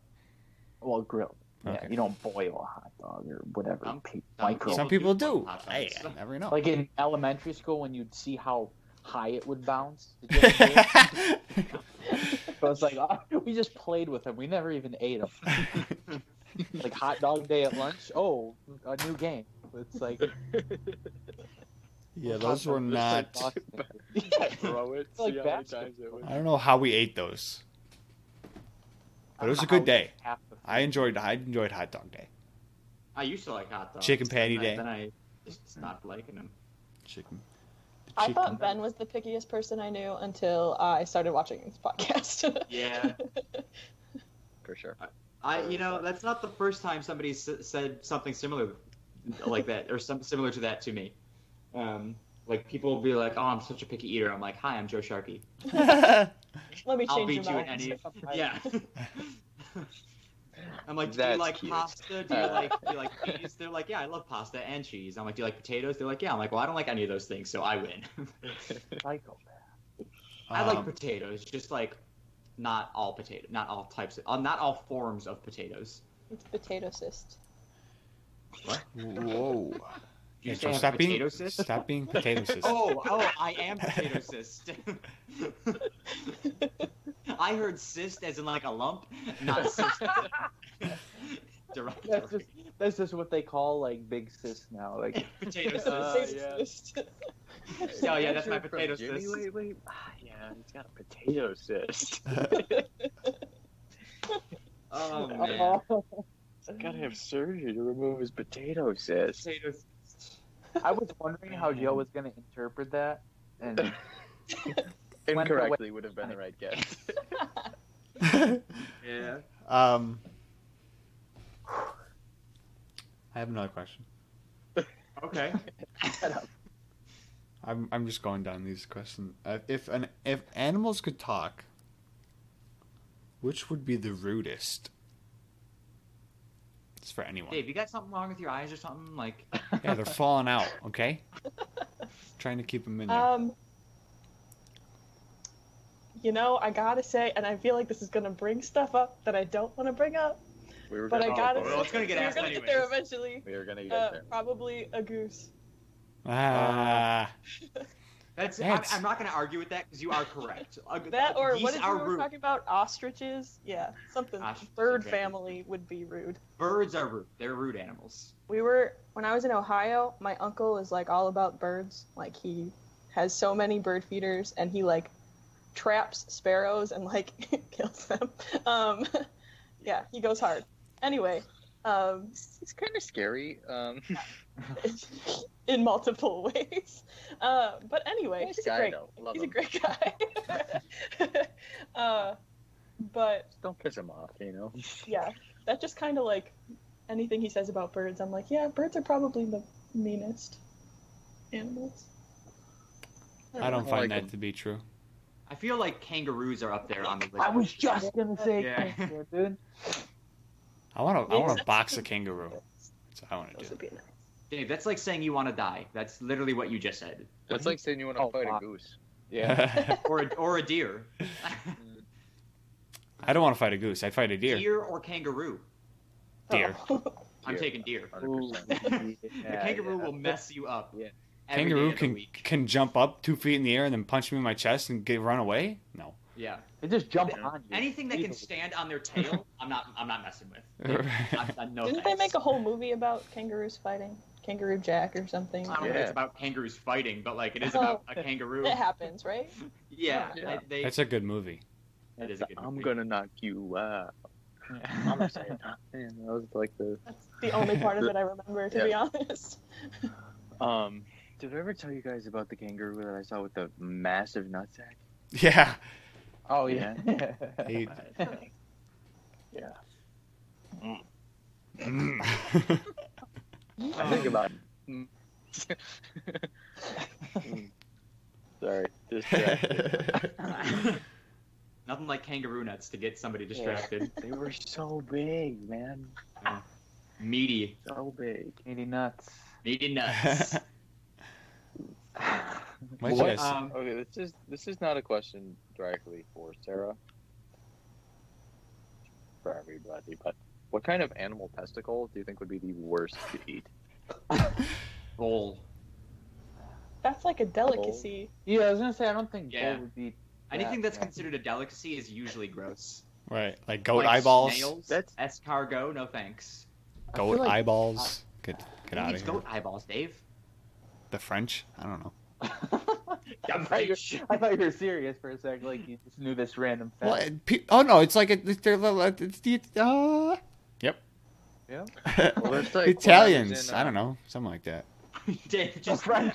S2: well grill.
S4: Okay.
S2: Yeah, you don't boil a hot dog or whatever.
S3: Some-
S2: pe-
S3: some
S2: micro.
S4: Some
S3: Some
S4: people
S3: people
S4: do.
S3: do hot dogs.
S4: Hey, I never know. [LAUGHS]
S2: like [LAUGHS] in elementary school when you'd see how high it would bounce.
S4: [LAUGHS]
S2: Did you ever do it?
S4: yeah,
S2: so it's like oh, we just played with them. We never even ate them. like hot dog day at lunch. Oh, a new game.
S4: [LAUGHS]
S2: It's like
S4: those were not. [LAUGHS]
S1: Throw it.
S2: Like
S1: see how many
S2: basketball.
S1: times it was.
S4: I don't know how we ate those, but it was a good day. I enjoyed. I enjoyed hot dog day.
S3: I used to like hot dogs.
S4: Chicken patty
S3: and
S4: day.
S3: then- Then I just stopped liking them.
S4: Chicken. the
S5: I
S4: chicken-
S5: thought Ben was the pickiest person I knew until I started watching this podcast. [LAUGHS]
S3: Yeah.
S1: For sure.
S3: [LAUGHS] I, you know, that's not the first time somebody s- said something similar, like that, or some similar to that to me. Um, like people will be like, "Oh, I'm such a picky eater." I'm like, "Hi, I'm Joe Sharkey."
S4: [LAUGHS]
S5: Let me
S3: I'll
S5: change
S3: beat
S5: your
S3: you in
S5: mind.
S3: any. Yeah. [LAUGHS] I'm like, do you
S1: That's
S3: like
S1: cute.
S3: pasta? Do you
S1: Uh.
S3: like do you like cheese? They're like, yeah, I love pasta and cheese. I'm like, do you like potatoes? They're like, yeah. I'm like, well, I don't like any of those things, so I win. [LAUGHS]
S2: Michael.
S3: I like
S4: Um,
S3: potatoes, just like not all potato, not all types, of, uh, not all forms of potatoes.
S5: It's potato cyst.
S3: [LAUGHS]
S4: Whoa.
S3: Did you
S4: Yeah,
S3: say
S4: so
S3: I'm a
S4: stop
S3: potato
S4: being
S3: cyst?
S4: stop being
S1: [LAUGHS]
S4: potato cyst.
S3: Oh, oh, I am potato cyst. [LAUGHS] I heard cyst as in like a lump, not cyst. [LAUGHS] Derogatory.
S2: That's just that's just what they call like big sis now. Like
S3: [LAUGHS] potato cyst.
S1: Uh,
S5: Potato
S1: yeah.
S5: cyst.
S3: Yeah, yeah, that's
S1: Andrew
S3: my
S1: from
S3: potato
S1: uni
S3: cyst.
S1: lately? Ah, yeah, he's got a potato cyst.
S3: oh man.
S2: oh,
S1: [LAUGHS] he's gotta have surgery to remove his potato cyst.
S3: Potato cyst.
S2: [LAUGHS] I was wondering how Joe was gonna interpret that. And Went away.
S1: Incorrectly would have been the right guess. [LAUGHS]
S4: Oh.
S3: Yeah.
S4: [LAUGHS] um, I have another question.
S3: Okay.
S4: I'm I'm just going down these questions. Uh, if an if animals could talk, which would be the rudest? It's for anyone.
S3: Dave, you got something wrong with your eyes or something? Like,
S4: Yeah, they're
S1: [LAUGHS]
S4: falling out. Okay. Trying to keep them in there.
S1: Uh,
S5: Um, you know, I gotta say, and I feel like this is gonna bring stuff up that I don't want to bring up,
S1: We were
S5: but I
S1: gonna-
S5: gotta.
S3: well, it's
S5: say-
S3: gonna get
S5: we're
S3: asked
S5: gonna get there
S3: anyways.
S5: eventually.
S1: We were gonna get
S5: Uh,
S1: there.
S5: probably a goose.
S4: ah,
S3: that's,
S4: That's-
S3: I'm, I'm not going to argue with that because you are correct. Uh,
S5: That or
S3: geese
S5: what did you
S3: are
S5: were
S3: rude.
S5: talking about? Ostriches? Yeah, something.
S3: Ostriches,
S5: Bird
S3: exactly.
S5: family would be rude.
S3: Birds are rude. They're rude animals.
S5: we were when I was in Ohio, my uncle is like all about birds. Like he has so many bird feeders and he like traps sparrows and like [LAUGHS] kills them. Um [LAUGHS] yeah, he goes hard. Anyway, um [LAUGHS]
S1: It's kind of scary. Um,
S5: in multiple [LAUGHS] ways. Uh, but anyway,
S1: nice
S5: he's a
S1: guy,
S5: great
S1: though. Love
S5: he's
S1: him.
S5: a great guy. [LAUGHS] uh but
S1: Don't piss him off, you know.
S5: yeah, that just kind of like anything he says about birds, I'm like, yeah, birds are probably the meanest animals.
S4: I don't
S1: I
S4: find
S1: like
S4: that
S1: them.
S4: to be true.
S3: I feel like kangaroos are up there on the list.
S2: I was just gonna say,
S3: Yeah.
S2: kangaroo, dude.
S4: I want to. I want to
S5: Exactly.
S4: box a kangaroo. That's what I want to
S5: Those
S4: do.
S5: would be nice.
S3: Dave, that's like saying you want to die. That's literally what you just said.
S1: That's like saying you want to
S2: Oh,
S1: fight
S2: wow.
S1: a goose.
S3: Or a, or a deer.
S4: [LAUGHS]
S3: [LAUGHS]
S4: I don't want to fight a goose. I'd fight a deer.
S3: or kangaroo.
S4: Deer.
S5: Oh.
S3: I'm
S1: Deer.
S3: taking deer.
S2: Ooh,
S1: 100%.
S3: The
S2: [LAUGHS] yeah,
S3: kangaroo
S2: yeah.
S3: will mess you up.
S2: Yeah.
S3: every day
S4: kangaroo
S3: of the
S4: can
S3: week.
S4: can jump up two feet in the air and then punch me in my chest and get run away.
S3: [LAUGHS]
S4: No.
S3: Yeah.
S2: They just jump
S1: Yeah.
S2: on you.
S3: Anything that can
S2: Easily.
S3: stand on their tail, I'm not. I'm not messing with. I, I, no
S5: Didn't they make a whole movie about kangaroos fighting? Kangaroo Jack or something?
S3: I don't know if
S1: Yeah.
S3: it's about kangaroos fighting, but like it is
S5: Oh.
S3: about a kangaroo.
S5: It happens, right?
S3: Yeah,
S1: Yeah.
S3: I- they,
S4: That's a good movie.
S3: That is a good
S1: I'm
S3: movie.
S1: gonna knock you out. I'm a Santa. [LAUGHS] Man, that was like the.
S5: That's the only part of it I remember, to be
S1: Yeah.
S5: honest.
S1: Um, did I ever tell you guys about the kangaroo that I saw with the massive
S4: [LAUGHS]
S1: nutsack?
S2: [LAUGHS]
S4: Yeah.
S2: Oh yeah.
S4: He-
S1: Yeah.
S4: Mm. [LAUGHS]
S1: I think
S3: Um,
S1: about. [LAUGHS] mm. Sorry, [LAUGHS] distracted.
S3: Nothing like kangaroo nuts to get somebody distracted.
S1: [LAUGHS] they were so big, man.
S3: Meaty,
S1: So big.
S2: Meaty nuts.
S4: [LAUGHS]
S3: meaty nuts.
S4: Mike, you
S1: What?
S4: guys-
S2: uh,
S3: um,
S1: Okay, this is this is not a question directly for Sarah. For everybody, but what kind of animal testicle do you think would be the worst to eat?
S3: bowl.
S5: That's like a delicacy.
S2: Yeah, I was gonna say I don't think
S3: Yeah.
S2: gold would be.
S3: Anything
S2: Yeah,
S3: that's
S2: yeah.
S3: considered a delicacy is usually gross.
S4: right, like goat
S3: Like
S4: eyeballs.
S3: Snails,
S1: That's-
S3: escargot. No thanks.
S2: I feel
S4: Goat
S2: like-
S4: eyeballs. Good,
S3: Who
S4: get out of
S3: eats
S4: here.
S3: goat eyeballs,
S1: [LAUGHS]
S3: Dave.
S4: The French? I don't know.
S2: I thought you were- [LAUGHS] I thought you were serious for a second. Like you just knew this random fact.
S4: Well, it- pe- oh no, it's like a, they're little- it's the uh, yep. [LAUGHS]
S1: Yeah. Well,
S4: The
S1: there's like-
S4: Italians.
S1: when
S4: I
S1: I was in, uh,
S4: don't know, something like
S1: [LAUGHS]
S4: that.
S3: [LAUGHS] Dave just
S2: French.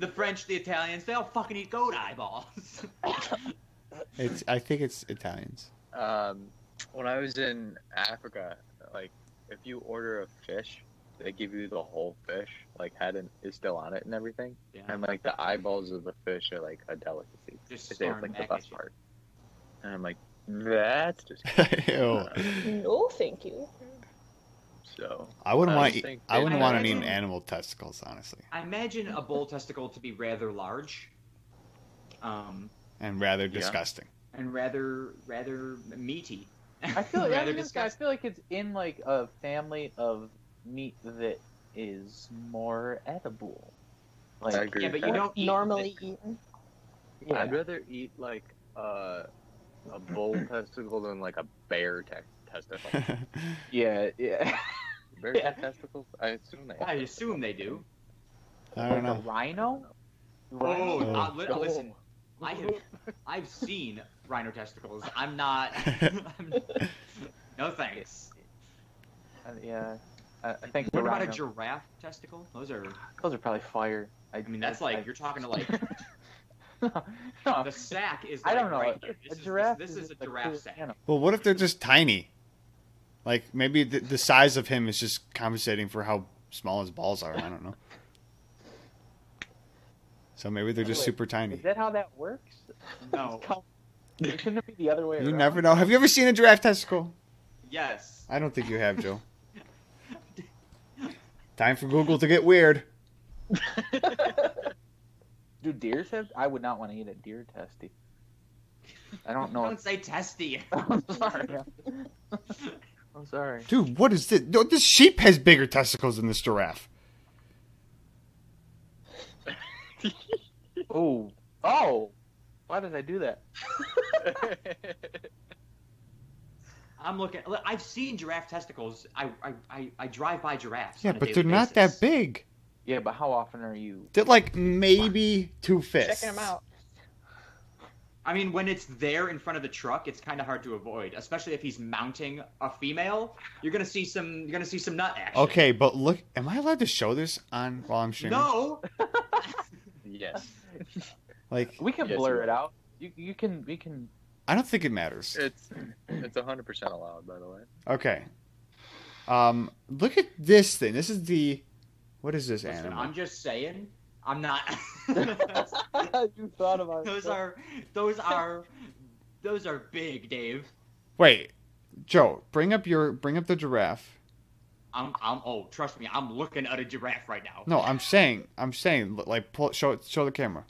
S3: the French, the Italians, they all fucking eat goat eyeballs. [LAUGHS]
S4: It's I think it's Italians. [LAUGHS]
S1: um, when I was in Africa, like if you order a fish, they give you the whole fish, like head and is still on it and everything,
S3: yeah,
S1: and like the eyeballs of the fish are like a delicacy.
S3: just
S1: They say it's
S3: staring
S1: like the
S3: back
S1: best
S3: at you.
S1: part, and I'm like, that's just Um,
S4: Ew.
S5: No, thank you.
S1: so.
S4: I wouldn't
S1: I
S4: want
S1: don't
S4: to eat.
S1: think
S4: I
S1: they-
S4: wouldn't
S3: I
S4: want to
S3: don't
S4: eat
S3: think-
S4: animal testicles, honestly,
S3: I imagine a bull testicle to be rather large, um,
S4: and rather
S1: Yeah.
S4: disgusting. [LAUGHS]
S3: and rather rather meaty.
S2: I
S3: [LAUGHS]
S2: feel like I,
S3: rather
S2: was gonna say, I
S3: disgusting.
S2: feel like it's in like a family of meat that is more edible. Like
S1: I agree.
S3: Yeah, but you don't eat
S5: normally eaten.
S2: yeah.
S1: I'd rather eat like uh, a bull testicle than like a bear te-
S4: [LAUGHS]
S1: testicle.
S2: yeah, yeah.
S1: Bears
S2: Yeah.
S1: have testicles? I assume they. have
S3: I
S1: testicles.
S3: assume they do.
S2: [LAUGHS]
S4: I don't
S2: like a
S4: know.
S2: rhino.
S3: Oh,
S2: Rhino?
S3: uh, li-
S1: Oh.
S3: listen,
S4: [LAUGHS]
S3: I have, I've seen rhino testicles. I'm not. I'm, no thanks.
S2: Uh, yeah. I, I think the
S3: What about a
S2: rhino.
S3: giraffe testicle? Those are.
S2: Those are probably fire.
S3: I mean, that's like you're talking to like
S2: [LAUGHS] no, no,
S3: the sack is.
S2: Uh, I
S3: Like,
S2: don't know.
S3: Right here.
S2: a
S3: This is-
S2: giraffe.
S3: This, this is
S2: just
S3: a giraffe
S2: cool
S3: sack.
S2: animal.
S4: Well, what if they're just tiny? Like maybe the, the size of him is just compensating for how small his balls are. I don't know. So maybe they're just
S2: Wait,
S4: super tiny.
S2: Is that how that works? [LAUGHS]
S3: No.
S2: Shouldn't it be the other way
S4: You
S2: around?
S4: never know. Have you ever seen a giraffe testicle?
S3: Yes.
S4: I don't think you have, Joe. Time for Google to get weird.
S2: Do deers have? I would not want to eat a deer testy. I don't
S3: [LAUGHS]
S2: know.
S3: Don't say testy.
S2: [LAUGHS] I'm sorry. [LAUGHS] I'm sorry.
S4: Dude, what is this? No, this sheep has bigger testicles than this giraffe.
S2: Oh, oh, why did I do that?
S3: I'm looking. look, I've seen giraffe testicles. I I, I, I drive by giraffes.
S4: Yeah,
S3: on a
S4: but
S3: daily
S4: they're not
S3: basis.
S4: that big.
S2: Yeah, but how often are you?
S4: They're like maybe two fists.
S5: Checking them out.
S3: I mean, when it's there in front of the truck, it's kind of hard to avoid, especially if he's mounting a female. You're gonna see some. You're gonna see some nut action.
S4: Okay, but look, am I allowed to show this on while I'm streaming?
S3: No.
S1: [LAUGHS] Yes.
S4: Like,
S2: We can
S1: Yes,
S2: blur
S1: you
S2: it out. You you can we [LAUGHS] can.
S4: I don't think it matters.
S1: It's
S4: [CLEARS THROAT]
S1: it's hundred percent allowed, by the way.
S4: Okay. Um, look at this thing. This is the, what is this
S3: Listen,
S4: animal?
S3: I'm just saying. I'm
S2: [LAUGHS]
S3: not. [LAUGHS]
S2: you thought about
S3: those are. Those are. Those are big, Dave.
S4: Wait, Joe, bring up your, bring up the giraffe.
S3: I'm. I'm. Oh, trust me. I'm looking at a giraffe right now.
S4: No, I'm saying, I'm saying, like, pull, show, it- show the camera.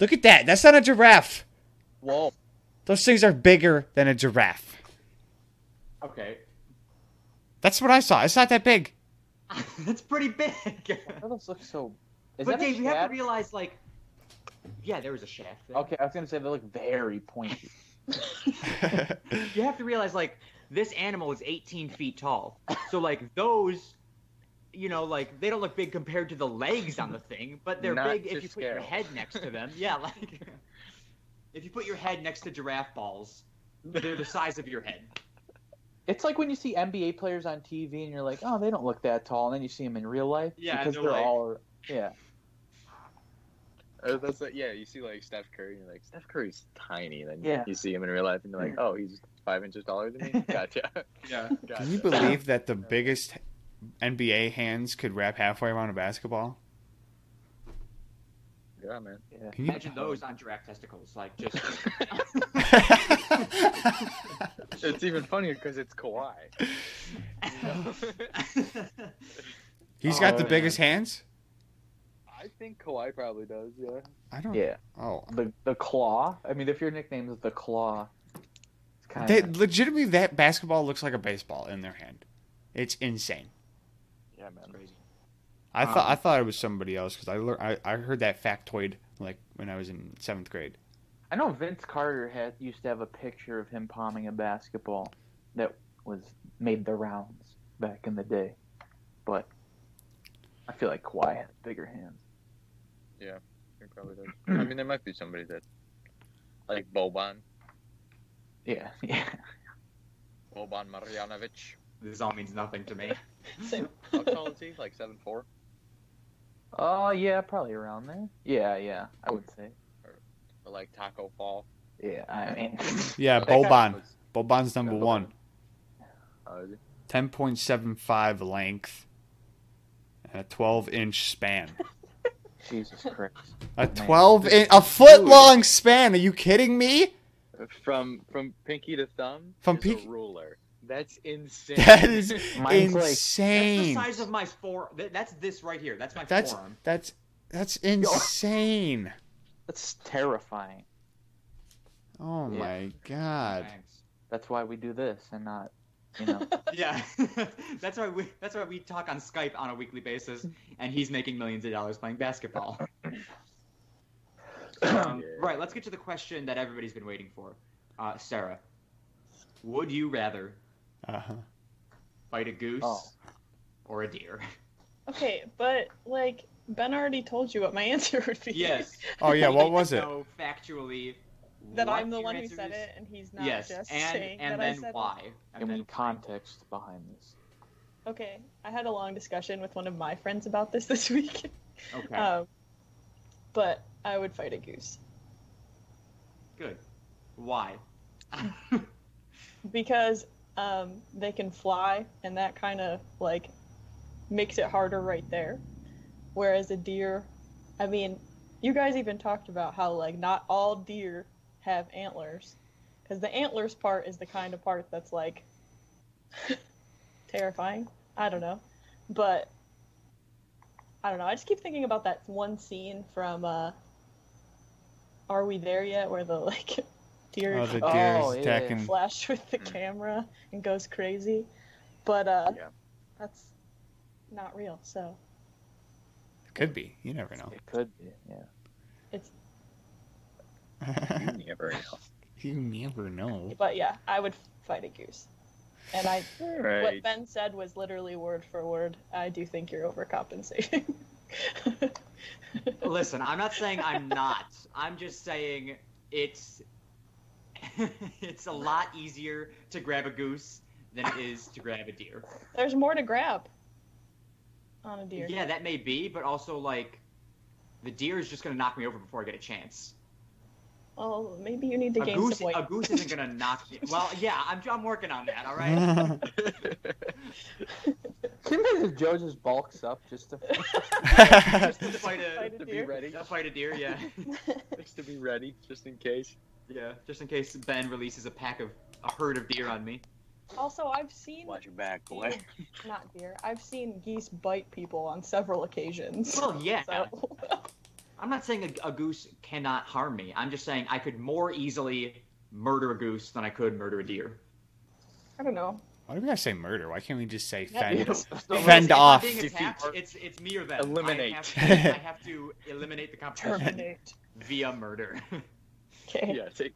S4: Look at that. That's not a giraffe.
S1: Whoa.
S4: Those things are bigger than a giraffe.
S3: Okay.
S4: That's what I saw. It's not that big.
S3: [LAUGHS] That's pretty big.
S2: That looks look so. Is
S3: but
S2: that
S3: Dave,
S2: a
S3: you have
S2: shaft?
S3: to realize, like, yeah, there was a shaft. There.
S2: Okay, I was gonna say they look very pointy.
S3: You have to realize, like, this animal is 18 feet tall. So, like, those, you know, like, they don't look big compared to the legs on the thing, but they're
S1: Not
S3: big
S1: to
S3: if you put your
S1: scale.
S3: head next to them. Yeah, like, if you put your head next to giraffe balls, they're the size of your head.
S2: It's like when you see NBA players on TV and you're like, oh, they don't look that tall, and then you see them in real life
S3: Yeah,
S2: because
S3: they're
S2: they're
S3: like-
S2: all yeah.
S1: Or uh, that's like, yeah, you see like Steph Curry, and you're like, Steph Curry's tiny. Then
S2: Yeah.
S1: you see him in real life, and you're like, oh, he's five inches taller than
S4: [LAUGHS]
S1: me. Gotcha. [LAUGHS]
S3: Yeah.
S1: gotcha.
S4: Can you believe that the biggest NBA hands could wrap halfway around a basketball?
S1: Yeah, man.
S2: Yeah.
S4: Can
S3: [LAUGHS]
S4: you?
S3: Imagine those on giraffe testicles,
S1: [LAUGHS]
S3: like just [LAUGHS]
S1: It's even funnier because it's Kawhi.
S4: [LAUGHS] He's got
S2: Oh,
S4: the
S2: man.
S4: biggest hands.
S1: I think Kawhi probably does. Yeah.
S4: I don't.
S2: Yeah.
S4: Oh,
S2: The the claw. I mean, if your nickname is the claw, it's kind
S4: they,
S2: of
S4: legitimately, that basketball looks like a baseball in their hand. It's insane.
S1: Yeah, man.
S3: crazy.
S4: I
S3: Um,
S4: thought I thought it was somebody else because I, lear- I I heard that factoid like when I was in seventh grade.
S2: I know Vince Carter had used to have a picture of him palming a basketball that was made the rounds back in the day, but I feel like Kawhi had bigger hands.
S1: He probably does. I mean, there might be somebody that, like Boban,
S2: Yeah, [LAUGHS] yeah.
S1: Boban Marjanovic.
S3: This all means nothing to me.
S5: Same.
S1: How tall is he? Like seven four.
S2: Oh yeah, probably around there. Yeah, yeah. I would say.
S1: Or like Taco Fall.
S2: Yeah, I mean, [LAUGHS]
S4: Yeah,
S1: That guy
S4: Boban.
S1: was-
S4: Boban's number one.
S1: Oh, is he?
S4: Ten point seven five length, and a twelve inch span.
S2: Jesus Christ.
S4: A
S2: Man.
S4: twelve in, a foot long span. Are you kidding me?
S1: From from pinky to thumb.
S4: From
S1: is a
S4: pinky-
S1: ruler. That's insane. [LAUGHS]
S4: That is
S2: Mine's like-
S3: That's the
S4: insane.
S3: size of my fore. th- That's this right here. That's my
S4: That's
S3: forearm.
S4: that's that's insane.
S2: That's terrifying.
S4: Oh
S2: Yeah.
S4: my god.
S3: Thanks.
S2: That's why we do this and not, you [LAUGHS] know.
S3: Yeah, [LAUGHS] that's why we that's why we talk on Skype on a weekly basis, and he's making millions of dollars playing
S5: [LAUGHS]
S3: basketball. um,
S1: Yeah.
S3: Right. Let's get to the question that everybody's been waiting for. Uh, Sarah, would you rather
S4: Uh-huh.
S3: fight a goose
S2: Oh.
S3: or a
S5: [LAUGHS]
S3: deer? [LAUGHS]
S5: Okay, but like Ben already told you what my [LAUGHS] answer would be.
S3: yes.
S4: Oh yeah, what
S3: [LAUGHS]
S4: was it?
S3: So factually,
S5: That
S3: what
S5: I'm the
S3: your
S5: one who
S3: answer
S5: said
S3: is?
S5: it, and he's not
S3: yes,
S5: just saying
S3: and and
S5: that I
S3: then
S5: said it.
S3: why?
S2: I
S3: And
S2: mean
S3: then
S2: context behind this.
S5: Okay, I had a long discussion with one of my friends about this [LAUGHS] this week.
S3: okay,
S5: Um, but I would fight a goose
S3: good.
S5: [LAUGHS]
S3: Why?
S5: because um, they can fly, and that kind of like makes it harder right there. Whereas a deer, I mean, you guys even talked about how like not all deer have antlers, because the antlers part is the kind of part that's like [LAUGHS] terrifying. I don't know, but I don't know. I just keep thinking about that one scene from uh, "Are We There Yet?" where the like [LAUGHS] deer
S4: Oh, the
S2: Oh,
S4: deer
S2: yeah,
S4: is
S2: yeah.
S4: attacking.
S5: flash with
S3: Hmm.
S5: the
S1: Mm.
S5: camera and goes crazy. But uh
S1: Yeah.
S5: that's not real, so
S4: Could be. You never
S2: [LAUGHS]
S4: know. [LAUGHS]
S2: It could be, yeah.
S1: You never know.
S4: you never know.
S5: but yeah, I would fight a goose. And I what
S1: Right.
S5: Ben said was literally word for word. I do think you're overcompensating. [LAUGHS]
S3: Listen, I'm not saying I'm not. I'm just saying it's [LAUGHS] it's a lot easier to grab a goose than it is to grab a deer.
S5: There's more to grab on a deer.
S3: Yeah, that may be, but also like the deer is just gonna knock me over before I get a chance.
S5: Well, maybe you need to
S3: A
S5: gain
S3: goose,
S5: some weight.
S3: a goose isn't gonna knock me. Well, yeah, I'm I'm working on that. All [LAUGHS] right.
S2: Can you imagine if Joe just bulks up just to
S5: [LAUGHS]
S3: Just to fight
S5: Fight
S3: a,
S1: to be
S5: deer.
S1: ready.
S3: to fight a deer, yeah,
S1: Just to be ready, just in case.
S3: yeah. Just in case Ben releases a pack of a herd of deer on me.
S5: [LAUGHS] also, I've seen
S1: your back, [LAUGHS]
S5: not deer. I've seen geese bite people on
S3: [LAUGHS]
S5: several occasions.
S3: Well, yeah.
S5: So
S3: I'm not saying a, a goose cannot harm me. I'm just saying I could more easily murder a goose than I could murder a deer.
S5: [LAUGHS] I don't know.
S4: Why do we gotta say murder? Why can't we just say
S3: [LAUGHS]
S5: Yeah,
S4: fend?
S5: because-
S3: Because
S4: Fend
S3: if I'm
S4: off.
S3: being
S1: Defeat.
S3: attacked, it's it's me or them.
S1: Eliminate.
S3: I have to, I have to eliminate the competition
S5: Terminate.
S3: via murder.
S5: [LAUGHS]
S3: [LAUGHS]
S5: Okay.
S1: Yeah, take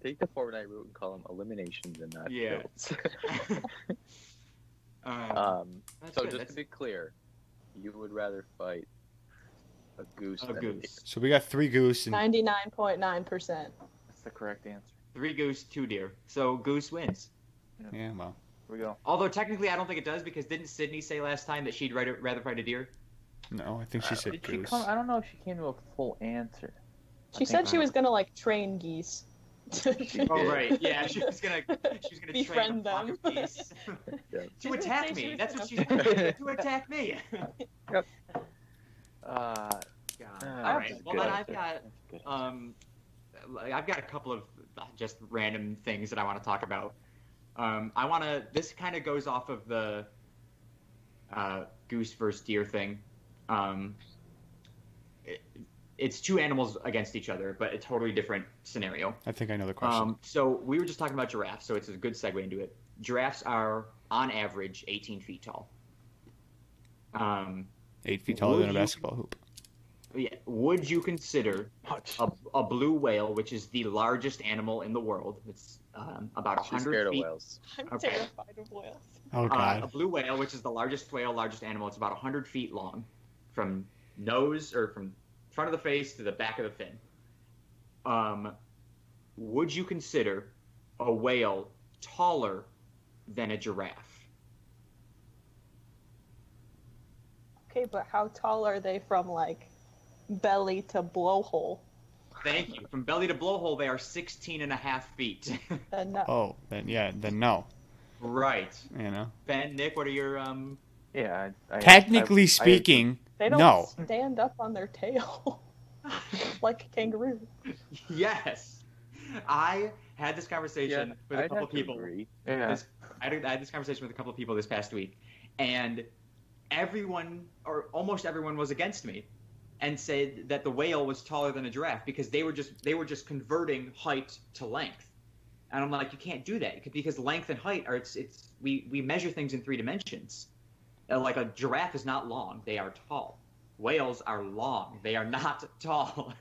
S1: take the Fortnite route and call them eliminations and not
S3: Yeah. [LAUGHS]
S1: kills. [LAUGHS]
S3: um,
S1: um,
S3: that's
S1: so
S3: good.
S1: just
S3: That's-
S1: to be clear, you would rather fight a goose
S3: a
S1: than
S3: goose,
S4: So we got three goose and
S5: 99.9%.
S2: That's the correct answer.
S3: three goose, two deer. So goose wins.
S4: yeah, well,
S2: Here we go.
S3: Although technically, I don't think it does because didn't Sydney say last time that she'd rather rather fight a deer?
S4: No, I think she said
S2: Did she
S4: goose.
S2: come? I don't know if she came to a full answer.
S5: She
S2: think
S5: said she
S3: I-
S5: was gonna like train geese.
S3: [LAUGHS] Oh right, yeah. She was gonna, she was gonna train
S5: Befriend
S3: the flock
S5: them.
S3: of
S5: [LAUGHS]
S3: geese [LAUGHS] to
S5: didn't say
S3: attack
S5: she
S3: me.
S5: was
S3: That's what she's
S5: gonna-
S3: doing. to attack
S5: [LAUGHS]
S3: me. God.
S2: Uh,
S3: All right.
S2: that's
S3: Well,
S2: good.
S3: then I've got
S2: good.
S3: um, like, I've got a couple of just random things that I want to talk about. Um, I want to. This kind of goes off of the uh, goose versus deer thing. Um, it, it's two animals against each other, but a totally different scenario.
S4: I think I know the question.
S3: Um, so we were just talking about giraffes, so it's a good segue into it. Giraffes are, on average, 18 feet tall. Um,
S4: Eight feet taller than a
S3: would you-
S4: basketball hoop.
S3: yeah, would you consider
S2: Much.
S3: a, a blue whale, which is the largest animal in the world? It's um, about
S1: She's
S3: 100
S1: scared of
S3: feet.
S1: whales.
S5: [LAUGHS] I'm
S3: Okay.
S5: terrified of whales.
S4: Oh
S3: Uh, a
S4: god.
S3: blue whale, which is the largest whale, largest animal, it's about 100 feet long, from nose or from front of the face to the back of the fin. Um, would you consider a whale taller than a giraffe?
S5: Okay, but how tall are they from like belly to blowhole?
S3: Thank you. From belly to blowhole, they are 16 and a half feet. [LAUGHS]
S5: Then no.
S4: oh, then yeah, then no.
S3: right.
S4: You know.
S3: Ben, Nick, what are your um? [LAUGHS]
S2: Yeah. I, I,
S4: Technically
S2: I- I-
S4: speaking,
S5: They don't
S4: no.
S5: stand up on their tail [LAUGHS] like a kangaroo.
S3: yes, I had this conversation with a
S1: I'd
S3: couple
S1: have to
S3: people.
S1: agree.
S2: yeah.
S3: This- I had, I had this conversation with a couple of people this past week, and everyone, or almost everyone, was against me, and said that the whale was taller than a giraffe because they were just they were just converting height to length, and I'm like, you can't do that because length and height are it's it's we we measure things in three dimensions. Uh, Like a giraffe is not long; they are tall. Whales are long; they are not [LAUGHS] tall.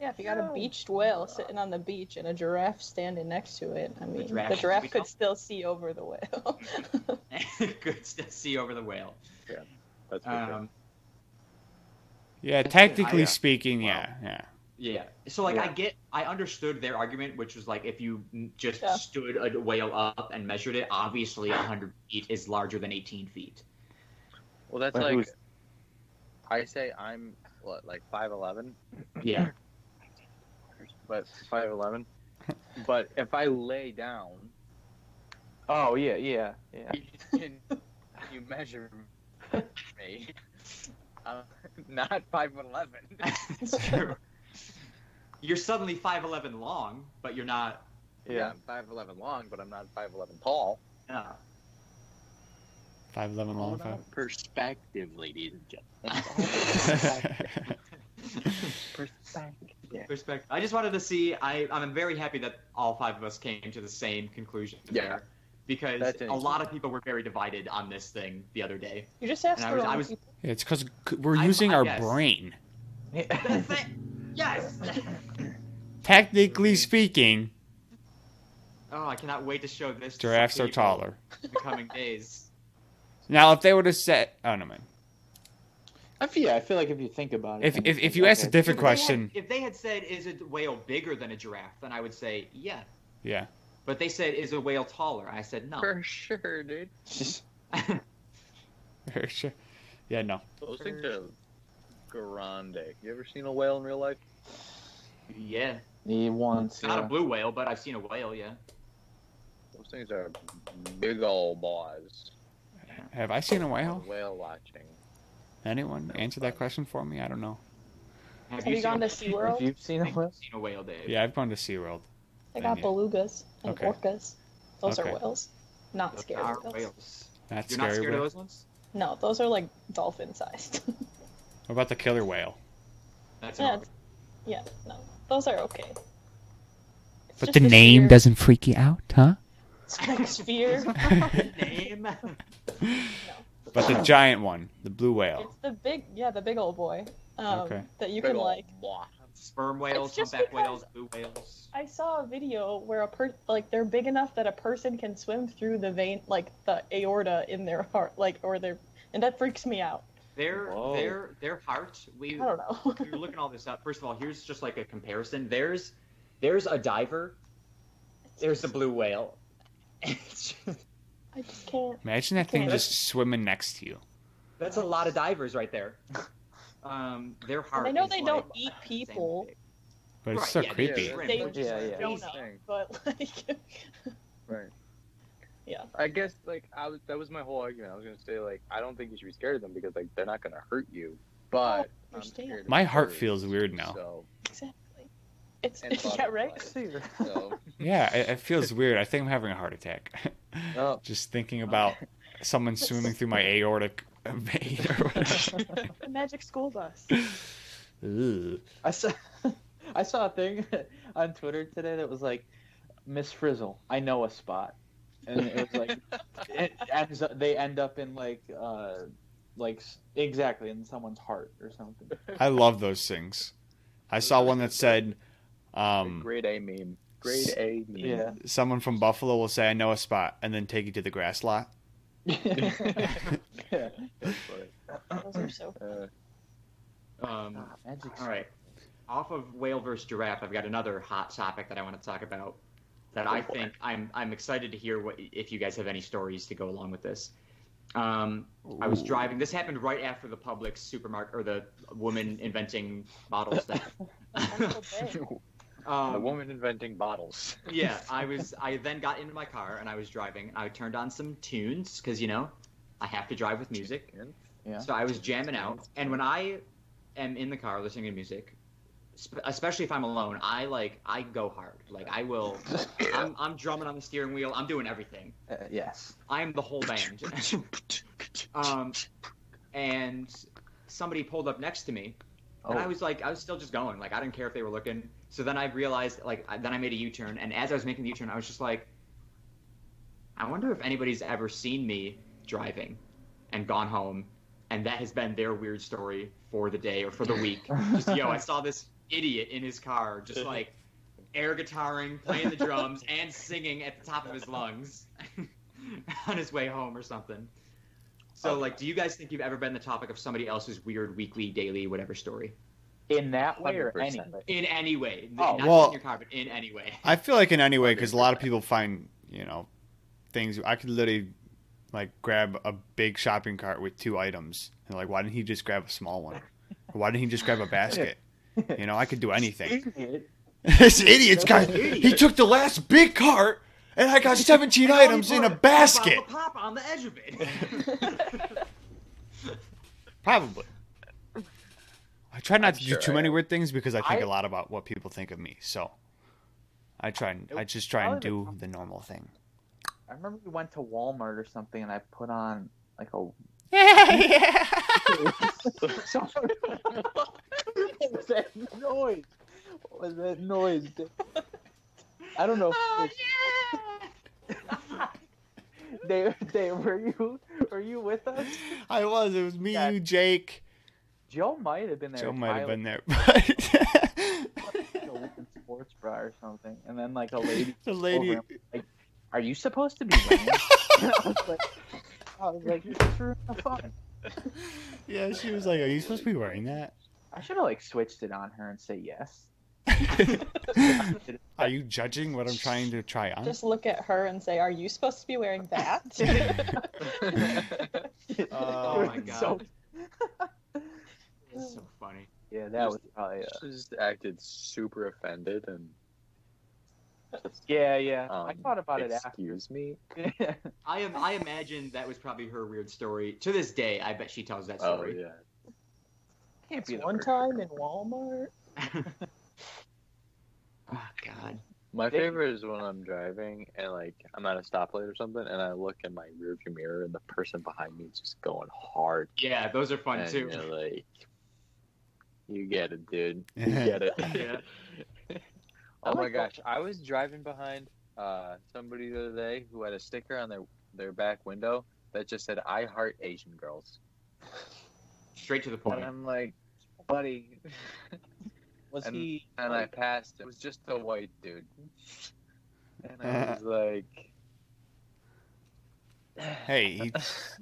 S5: Yeah, if you got a beached whale sitting on the beach and a giraffe standing next to it, I mean, the
S3: giraffe
S5: giraffe,
S3: should be tall.
S5: could still see over the whale. [LAUGHS]
S3: Good to see over the whale.
S1: That's perfect.
S3: Um,
S4: yeah, technically
S2: yeah.
S4: speaking, yeah, yeah.
S3: Yeah. So like I
S2: Yeah.
S3: get I understood their argument, which was like if you n- just
S5: Yeah.
S3: stood a whale up and measured it, obviously hundred feet is larger than eighteen feet.
S1: well, that's
S2: But
S1: like
S2: who's-
S1: I say I'm what like five eleven,
S3: Yeah.
S1: [LAUGHS] but five eleven. but if I lay down,
S2: Oh yeah, yeah, yeah.
S1: you can you measure me. [LAUGHS] I'm not five eleven.
S3: True. You're suddenly five eleven long, but you're not.
S2: Yeah.
S1: I'm five eleven long, but I'm not five eleven tall.
S3: Uh,
S4: Five eleven long
S1: Hold
S4: five.
S1: [LAUGHS] on perspective, ladies and gentlemen.
S2: [LAUGHS]
S1: perspective.
S3: respect. I just wanted to see. I I'm very happy that all five of us came to the same conclusion.
S1: Yeah.
S3: there, Because
S1: That's
S3: a lot of people were very divided on this thing the other day.
S5: you just asked
S3: And I
S5: the
S3: was- I
S5: wrong
S3: was-
S5: people.
S4: Yeah, it's because we're
S3: I-
S4: using
S3: I
S4: our
S3: guess.
S4: brain.
S3: That's it. Yes.
S4: Technically speaking,
S3: [LAUGHS] Oh, I cannot wait to show this. to some
S4: giraffes are
S3: people
S4: taller.
S3: In the coming days.
S4: Now, if they would have said, oh no, man.
S2: I feel. Yeah, I feel like if you think about it.
S4: If
S2: then
S4: if,
S2: it's
S4: if
S2: like,
S4: you asked a
S2: okay.
S4: different
S3: If they had-
S4: question,
S3: if they had said, "Is a whale bigger than a giraffe?" then I would say, "Yeah."
S4: yeah, [LAUGHS]
S3: But they said, "Is a whale taller?" I said, "No."
S1: For sure, dude.
S4: for sure. Yeah, no.
S1: [LAUGHS] Those things are grande. You ever seen a whale in real life?
S3: [LAUGHS] yeah,
S2: Yeah, once.
S3: not a
S2: yeah.
S3: blue whale, but I've seen a whale. Yeah.
S1: Those things are big old boys.
S4: Have I seen a whale?
S1: Whale watching.
S4: Anyone answer that question for me? I don't know.
S3: Have,
S5: Have you gone to
S3: seen a-
S5: SeaWorld?
S2: If you've seen
S3: I
S2: a
S3: think
S2: whale,
S3: you've seen a whale, Dave?
S4: Yeah, I've gone to SeaWorld.
S5: They got
S4: Yeah.
S5: belugas and
S4: Okay.
S5: orcas. Those
S4: Okay.
S5: are whales. Not
S3: Those
S5: scary.
S3: are
S5: whales.
S3: whales.
S4: That's
S3: You're
S4: scary.
S3: not scared of
S4: whale.
S3: those ones?
S5: No, those are like dolphin [LAUGHS] sized.
S4: What about the killer whale?
S3: That's
S5: yeah,
S3: yeah,
S5: it's- yeah, no. Those are okay. It's
S6: But
S5: just
S6: the name
S5: fear-
S6: doesn't freak you out, huh?
S5: It's like
S3: [LAUGHS]
S5: fear.
S3: name.
S4: But the giant one, the blue whale.
S5: It's the big, yeah, the big old boy. Um,
S4: Okay.
S5: that you
S1: Big
S5: can
S1: ol'
S5: like.
S1: wah.
S3: Sperm whales,
S5: It's just
S3: humpback
S5: because-
S3: whales, blue whales.
S5: I saw a video where a per like they're big enough that a person can swim through the vein, like the aorta in their heart, like or their, and that freaks me out.
S3: Their
S1: Whoa.
S3: their their heart. We
S5: I don't know. [LAUGHS]
S3: we were looking all this up. First of all, here's just like a comparison. There's there's a diver. There's a blue whale. [LAUGHS] It's just-
S5: I just can't.
S4: Imagine that thing
S5: Okay.
S4: just swimming next to you.
S3: That's a lot of divers right there. Um, their heart.
S5: I know
S3: is
S5: they
S3: like
S5: don't eat
S3: the same
S5: people.
S3: big.
S4: But it's
S3: Right,
S4: so
S3: yeah,
S4: creepy.
S3: yeah.
S5: They
S3: Which
S5: just
S2: is Yeah, yeah.
S5: don't know,
S1: Interesting.
S5: but [LAUGHS] like,
S1: Right.
S5: Yeah.
S1: I guess like I was that was my whole argument. I was gonna say like I don't think you should be scared of them because like they're not gonna hurt you. But
S5: I
S1: I'm
S5: understand.
S1: scared of
S4: My heart
S1: birds,
S4: feels weird now.
S1: So
S5: exactly. It's
S1: And
S5: [LAUGHS] yeah, right.
S1: butterflies.
S4: [LAUGHS]
S1: so
S4: Yeah, it, it feels weird. I think I'm having a heart attack. [LAUGHS]
S1: Oh.
S4: Just thinking about someone swimming through my aortic vein or whatever.
S5: The magic
S3: [LAUGHS]
S5: school bus.
S4: Ugh.
S2: I saw, [LAUGHS] I saw a thing [LAUGHS] on Twitter today that was like, Miss Frizzle, I know a spot, and it was like, it ends up, they end up in like, uh, like s- exactly in someone's heart or something.
S4: I love those things. I saw one that said, um,
S1: grade A meme. Grade A meme.
S2: Yeah.
S4: someone from Buffalo will say, I know a spot, and then take you to the grass lot.
S2: yeah.
S1: That's funny.
S5: Those
S3: [LAUGHS]
S5: are so.
S1: Uh,
S3: Um,
S2: Ah, magic
S3: All right. Off of whale versus giraffe, I've got another hot topic that I want to talk about. That I
S1: Go for
S3: think I'm I'm excited to hear what if you guys have any stories to go along with this. Um, I was driving. This happened right after the public supermarket or the woman inventing bottles. That,
S5: Uncle
S1: [LAUGHS]
S3: [LAUGHS]
S5: Ben.
S1: the
S3: um,
S1: woman inventing
S5: [LAUGHS]
S1: bottles.
S3: yeah, I was. I then got into my car and I was driving. I turned on some tunes because you know I have to drive with
S1: Oh
S3: music.
S2: Yeah.
S3: So I was jamming out, and when I am in the car listening to music, sp- especially if I'm alone, I like I go hard. Like I will, I'm, I'm drumming on the steering wheel. I'm doing everything.
S2: Uh, yes.
S3: I am the whole band. um, and somebody pulled up next to me, and I
S2: Oh.
S3: was like, I was still just going. Like I didn't care if they were looking. So then I realized, like, I- then I made a U-turn, and as I was making the U-turn, I was just like, I wonder if anybody's ever seen me driving, and gone home, and that has been their weird story for the day or for the week. just yo, I saw this idiot in his car, just like air guitaring, playing the drums, and singing at the top of his lungs [LAUGHS] on his way home or something. So, like, do you guys think you've ever been the topic of somebody else's weird weekly, daily, whatever story?
S2: in that way or any
S1: 100%.
S2: way.
S3: In any way.
S2: Oh,
S3: not
S4: well-
S3: just in your car, but in any way.
S4: I feel like in any way, because a lot of people find, you know, things. I could literally, like, grab a big shopping cart with two items. And, like, why didn't he just grab a small one? Or why didn't he just grab a basket? You know, I could do [LAUGHS] anything.
S2: Idiot.
S4: this idiot's got.
S3: Idiot.
S4: He took the last big cart, and I got 17
S3: I only
S4: items in a
S3: bought bottle
S4: basket.
S3: of Pop on oh, the edge of
S4: [LAUGHS]
S3: it. [LAUGHS]
S4: Probably. I try not
S1: I'm
S4: to
S1: sure
S4: do too
S1: I
S4: many
S1: am.
S4: weird things because I think
S2: I-
S4: a lot about what people think of me. So I try and I just try and
S2: Probably the
S4: do the normal thing.
S2: I remember we went to Walmart or something, and I put on like a. Someone- what was that noise? What was that noise? I don't know.
S3: oh,
S2: if-
S3: yeah!
S2: Dave, Dave, were you were you with us?
S4: I was. It was me,
S2: Yeah.
S4: you, Jake.
S2: Joe might have been there.
S4: Joe might have
S2: Tyler
S4: been there, [LAUGHS] but
S2: was in a women's sports bra or something, and then like a lady.
S4: the lady.
S2: over and, like, are you
S4: [LAUGHS]
S2: supposed to be wearing? this?" And [LAUGHS] I was like, I was like, "This is ruining the fun.
S4: Yeah, she was like, "Are you supposed to be wearing that?
S2: I should have like switched it on her and say yes.
S3: [LAUGHS]
S4: Are you judging what I'm trying to try on?"
S5: Just look at her and say, "Are you supposed to be wearing
S3: [LAUGHS]
S5: that?"
S3: Oh my
S2: It's
S3: god.
S2: so-
S3: It's so funny.
S2: yeah, that was probably. Uh,
S1: She just acted super offended and
S2: yeah, yeah. I
S1: um,
S2: thought about it
S1: Excuse me.
S2: after.
S3: I am. I imagine that was probably her weird story. To this day, I bet she tells that
S1: Oh
S3: story.
S1: yeah.
S2: Can't be the
S5: One
S2: first.
S5: time in Walmart.
S3: oh god.
S1: My
S2: They-
S1: favorite is when I'm driving and like I'm at a stoplight or something, and I look in my rearview mirror, and the person behind me is just going hard.
S3: Yeah, those are fun
S1: and
S3: too.
S1: you're like, you get it, dude. You get it.
S3: [LAUGHS] Yeah.
S1: [LAUGHS] Oh
S2: I
S1: my
S2: like
S1: gosh, I was driving behind uh, somebody the other day who had a sticker on their their back window that just said "I heart Asian girls,"
S3: Straight to the
S1: and
S3: point.
S1: I'm like, buddy.
S2: [LAUGHS] Was
S1: And-
S2: he?
S1: And I passed. It was just a white dude, and I was like.
S4: hey, he, [LAUGHS]
S1: It's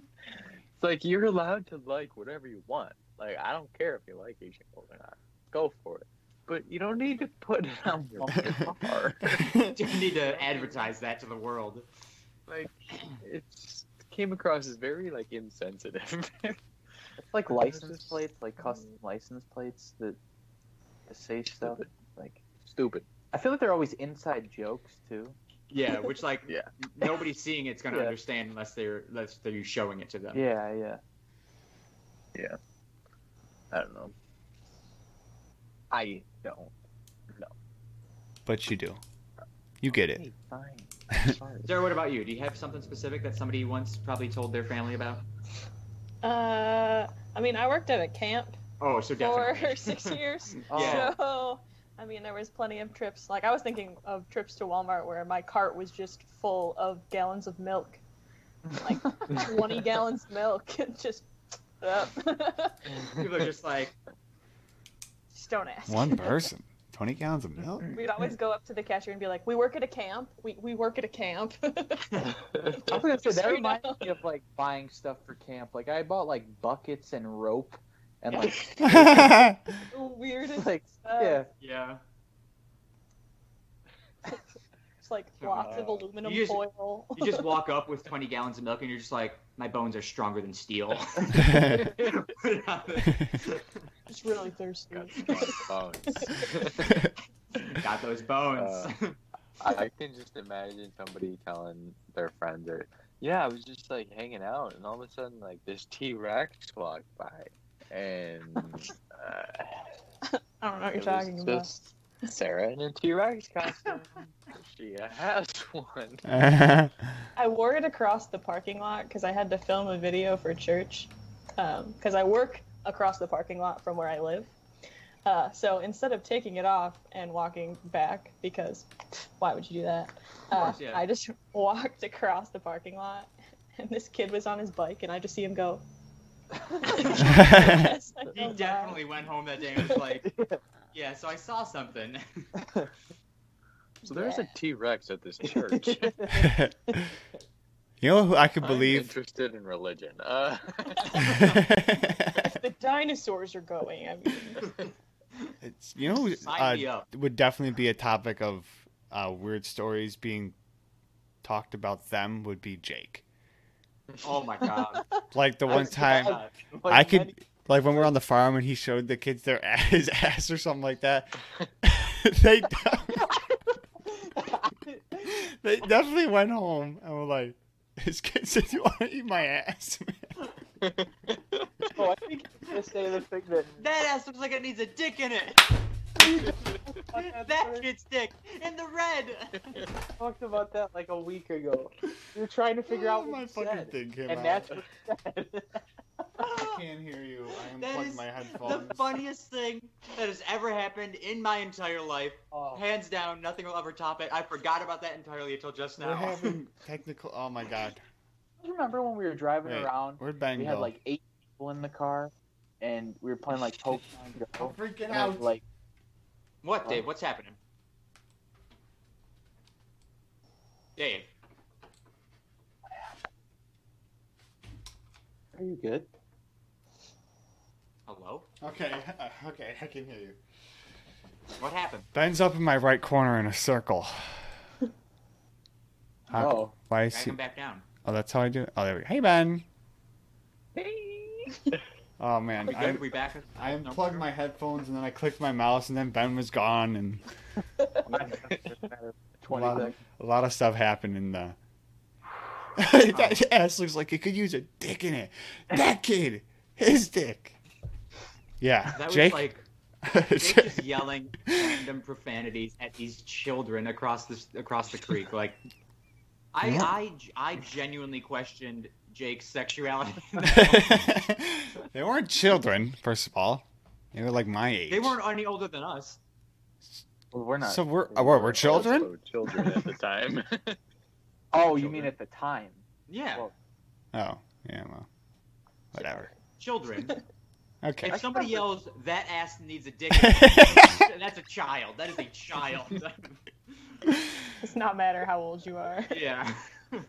S1: like you're allowed to like whatever you want. Like I don't care if you like Asian girls or not. Go for it. But you don't need to put it on your car.
S3: [LAUGHS]
S1: [LAUGHS]
S3: you need to advertise that to the world.
S1: Like it just came across as very like insensitive. [LAUGHS]
S2: It's like [LAUGHS] license plates, like custom license plates that that say stuff. Like
S1: Stupid.
S2: I feel like they're always inside jokes too.
S3: Yeah, which like
S1: Yeah.
S3: nobody seeing it's gonna
S2: Yeah.
S3: understand unless they're unless they're you showing it to them.
S2: Yeah, yeah.
S1: I don't know. I don't.
S4: [LAUGHS] But you do. You get it.
S2: Hey,
S4: [LAUGHS]
S2: fine.
S1: Sorry.
S3: Sarah, what about you? Do you have something specific that somebody once probably told their family about?
S5: [LAUGHS] Uh, I mean, I worked at a camp
S3: Oh, so
S5: for [LAUGHS]
S3: definitely. [LAUGHS]
S5: six years,
S2: Oh.
S3: Yeah.
S5: so I mean, there was plenty of trips. Like I was thinking of trips to Walmart where my cart was just full of gallons of milk,
S3: [LAUGHS]
S5: like twenty gallons of milk, [LAUGHS] and just. Uh,
S3: People are just like,
S5: [LAUGHS] just don't ask.
S4: One person, twenty gallons of milk. [LAUGHS]
S5: We'd always go up to the cashier and be like, "We work at a camp. We we work at a camp." [LAUGHS]
S2: I was gonna say
S5: Just
S2: that
S5: so you
S2: reminds
S5: know.
S2: me of like buying stuff for camp. Like I bought like buckets and rope and [LAUGHS] like
S5: Weirdest
S2: like
S5: stuff.
S2: yeah.
S3: yeah.
S5: It's like lots of
S1: Wow.
S5: aluminum
S3: You just-
S5: foil. [LAUGHS]
S3: You just walk up with 20 gallons of milk and you're just like, my bones are stronger than steel. [LAUGHS] Put it on the-
S5: Just really thirsty.
S1: Got strong bones.
S3: Got those bones.
S1: Uh, I [LAUGHS] I can just imagine somebody telling their friends or yeah, I was just like hanging out and all of a sudden like this T Rex walked by and uh,
S5: [LAUGHS] I don't know what
S1: it
S5: you're
S1: was
S5: talking about.
S1: just [LAUGHS] Sarah in a T Rex
S3: [LAUGHS]
S1: costume. she has one.
S5: I wore it across the parking lot because I had to film a video for church. Because I work across the parking lot from where I live. Uh, so instead of taking it off and walking back, because why would you do that?
S3: Of
S5: Uh,
S3: course, yeah.
S5: I just [LAUGHS] walked across the parking lot, and this kid was on his bike, and I just see him go. [LAUGHS] As I
S3: [LAUGHS] he
S5: go by.
S3: [LAUGHS] definitely went home that day and was like, yeah, so I saw something. [LAUGHS]
S1: So there's a T Rex at this church.
S4: you know who I could
S1: I'm
S4: believe?
S1: interested in religion. Uh,
S4: [LAUGHS]
S5: The dinosaurs are going. I mean,
S4: It's- you know who
S3: Sign
S4: uh,
S3: me up.
S4: would definitely be a topic of uh, weird stories being talked about. Them would be Jake.
S3: Oh my god.
S4: Like the
S2: I
S4: one
S2: was-
S4: time,
S2: I- like,
S4: I could-
S2: many-
S4: like when we
S2: [LAUGHS]
S4: were on the farm and he showed the kids their ass, his [LAUGHS] ass or something like that. [LAUGHS] they [LAUGHS] they definitely went home and were like, "This kid says you want to eat my ass." [LAUGHS]
S2: Oh, I think you just say the thing [LAUGHS] that
S3: [LAUGHS] That ass looks like it needs a dick in it. that kid's dick in the red. [LAUGHS]
S2: talked about that like a week ago. We were trying to figure out
S4: Oh, [LAUGHS]
S2: what
S4: my
S2: you
S4: fucking
S2: said,
S4: thing came
S2: and
S4: out.
S2: that's what you said.
S4: I can't hear you. I
S3: That
S4: unplugged
S3: is
S4: my headphones.
S3: the funniest thing that has ever happened in my entire life.
S2: Oh.
S3: Hands down, nothing will ever top it. I forgot about that entirely until just
S4: We're
S3: now.
S2: [LAUGHS]
S4: having technical. Oh my god,
S2: Do you remember when we were driving
S4: Wait,
S2: around?
S4: we're bang
S2: We had like eight people in the car, and we were playing like Pokemon [LAUGHS] Go.
S4: freaking
S2: Oh, And I was like,
S3: What, Dave? What's happening? Dave,
S2: "Are you good?"
S3: hello?
S4: Okay, uh, okay, I can hear you.
S3: What happened?
S4: Ben's up in my right corner in a circle. Huh?
S2: [LAUGHS] Oh,
S4: Why is
S3: Gotta
S4: he?
S3: come back down.
S4: Oh, that's how I do. it? Oh, there we go. Hey, Ben. [LAUGHS] Oh man,
S3: [LAUGHS] We good?
S4: I,
S3: we back? with-
S4: I
S3: No,
S4: unplugged
S3: sure.
S4: my headphones and then I clicked my mouse and then Ben was gone and
S2: twenty
S4: Wow.
S2: seconds.
S4: a lot of stuff happened in the. [LAUGHS] that ass looks like it could use a dick in it. That kid, his dick. Yeah,
S3: That was
S4: Jake. [LAUGHS]
S3: like Jake just yelling random profanities at these children across the across the creek. Like, I
S4: Yeah.
S3: I, I genuinely questioned
S4: [LAUGHS]
S3: Jake's sexuality.
S4: they weren't children, first of all. They were like my age.
S3: they weren't any older than us.
S2: Well, we're not.
S4: So we're uh, what, we're children?
S1: Also children at the time.
S2: oh, you mean at the time?
S3: Yeah,
S2: Well,
S4: Oh, yeah, well, whatever.
S3: children.
S4: [LAUGHS] Okay.
S3: If somebody yells, "That ass needs a
S4: [LAUGHS]
S3: dick," that's a child. That is a child. [LAUGHS]
S5: it's not matter how old you are.
S3: yeah.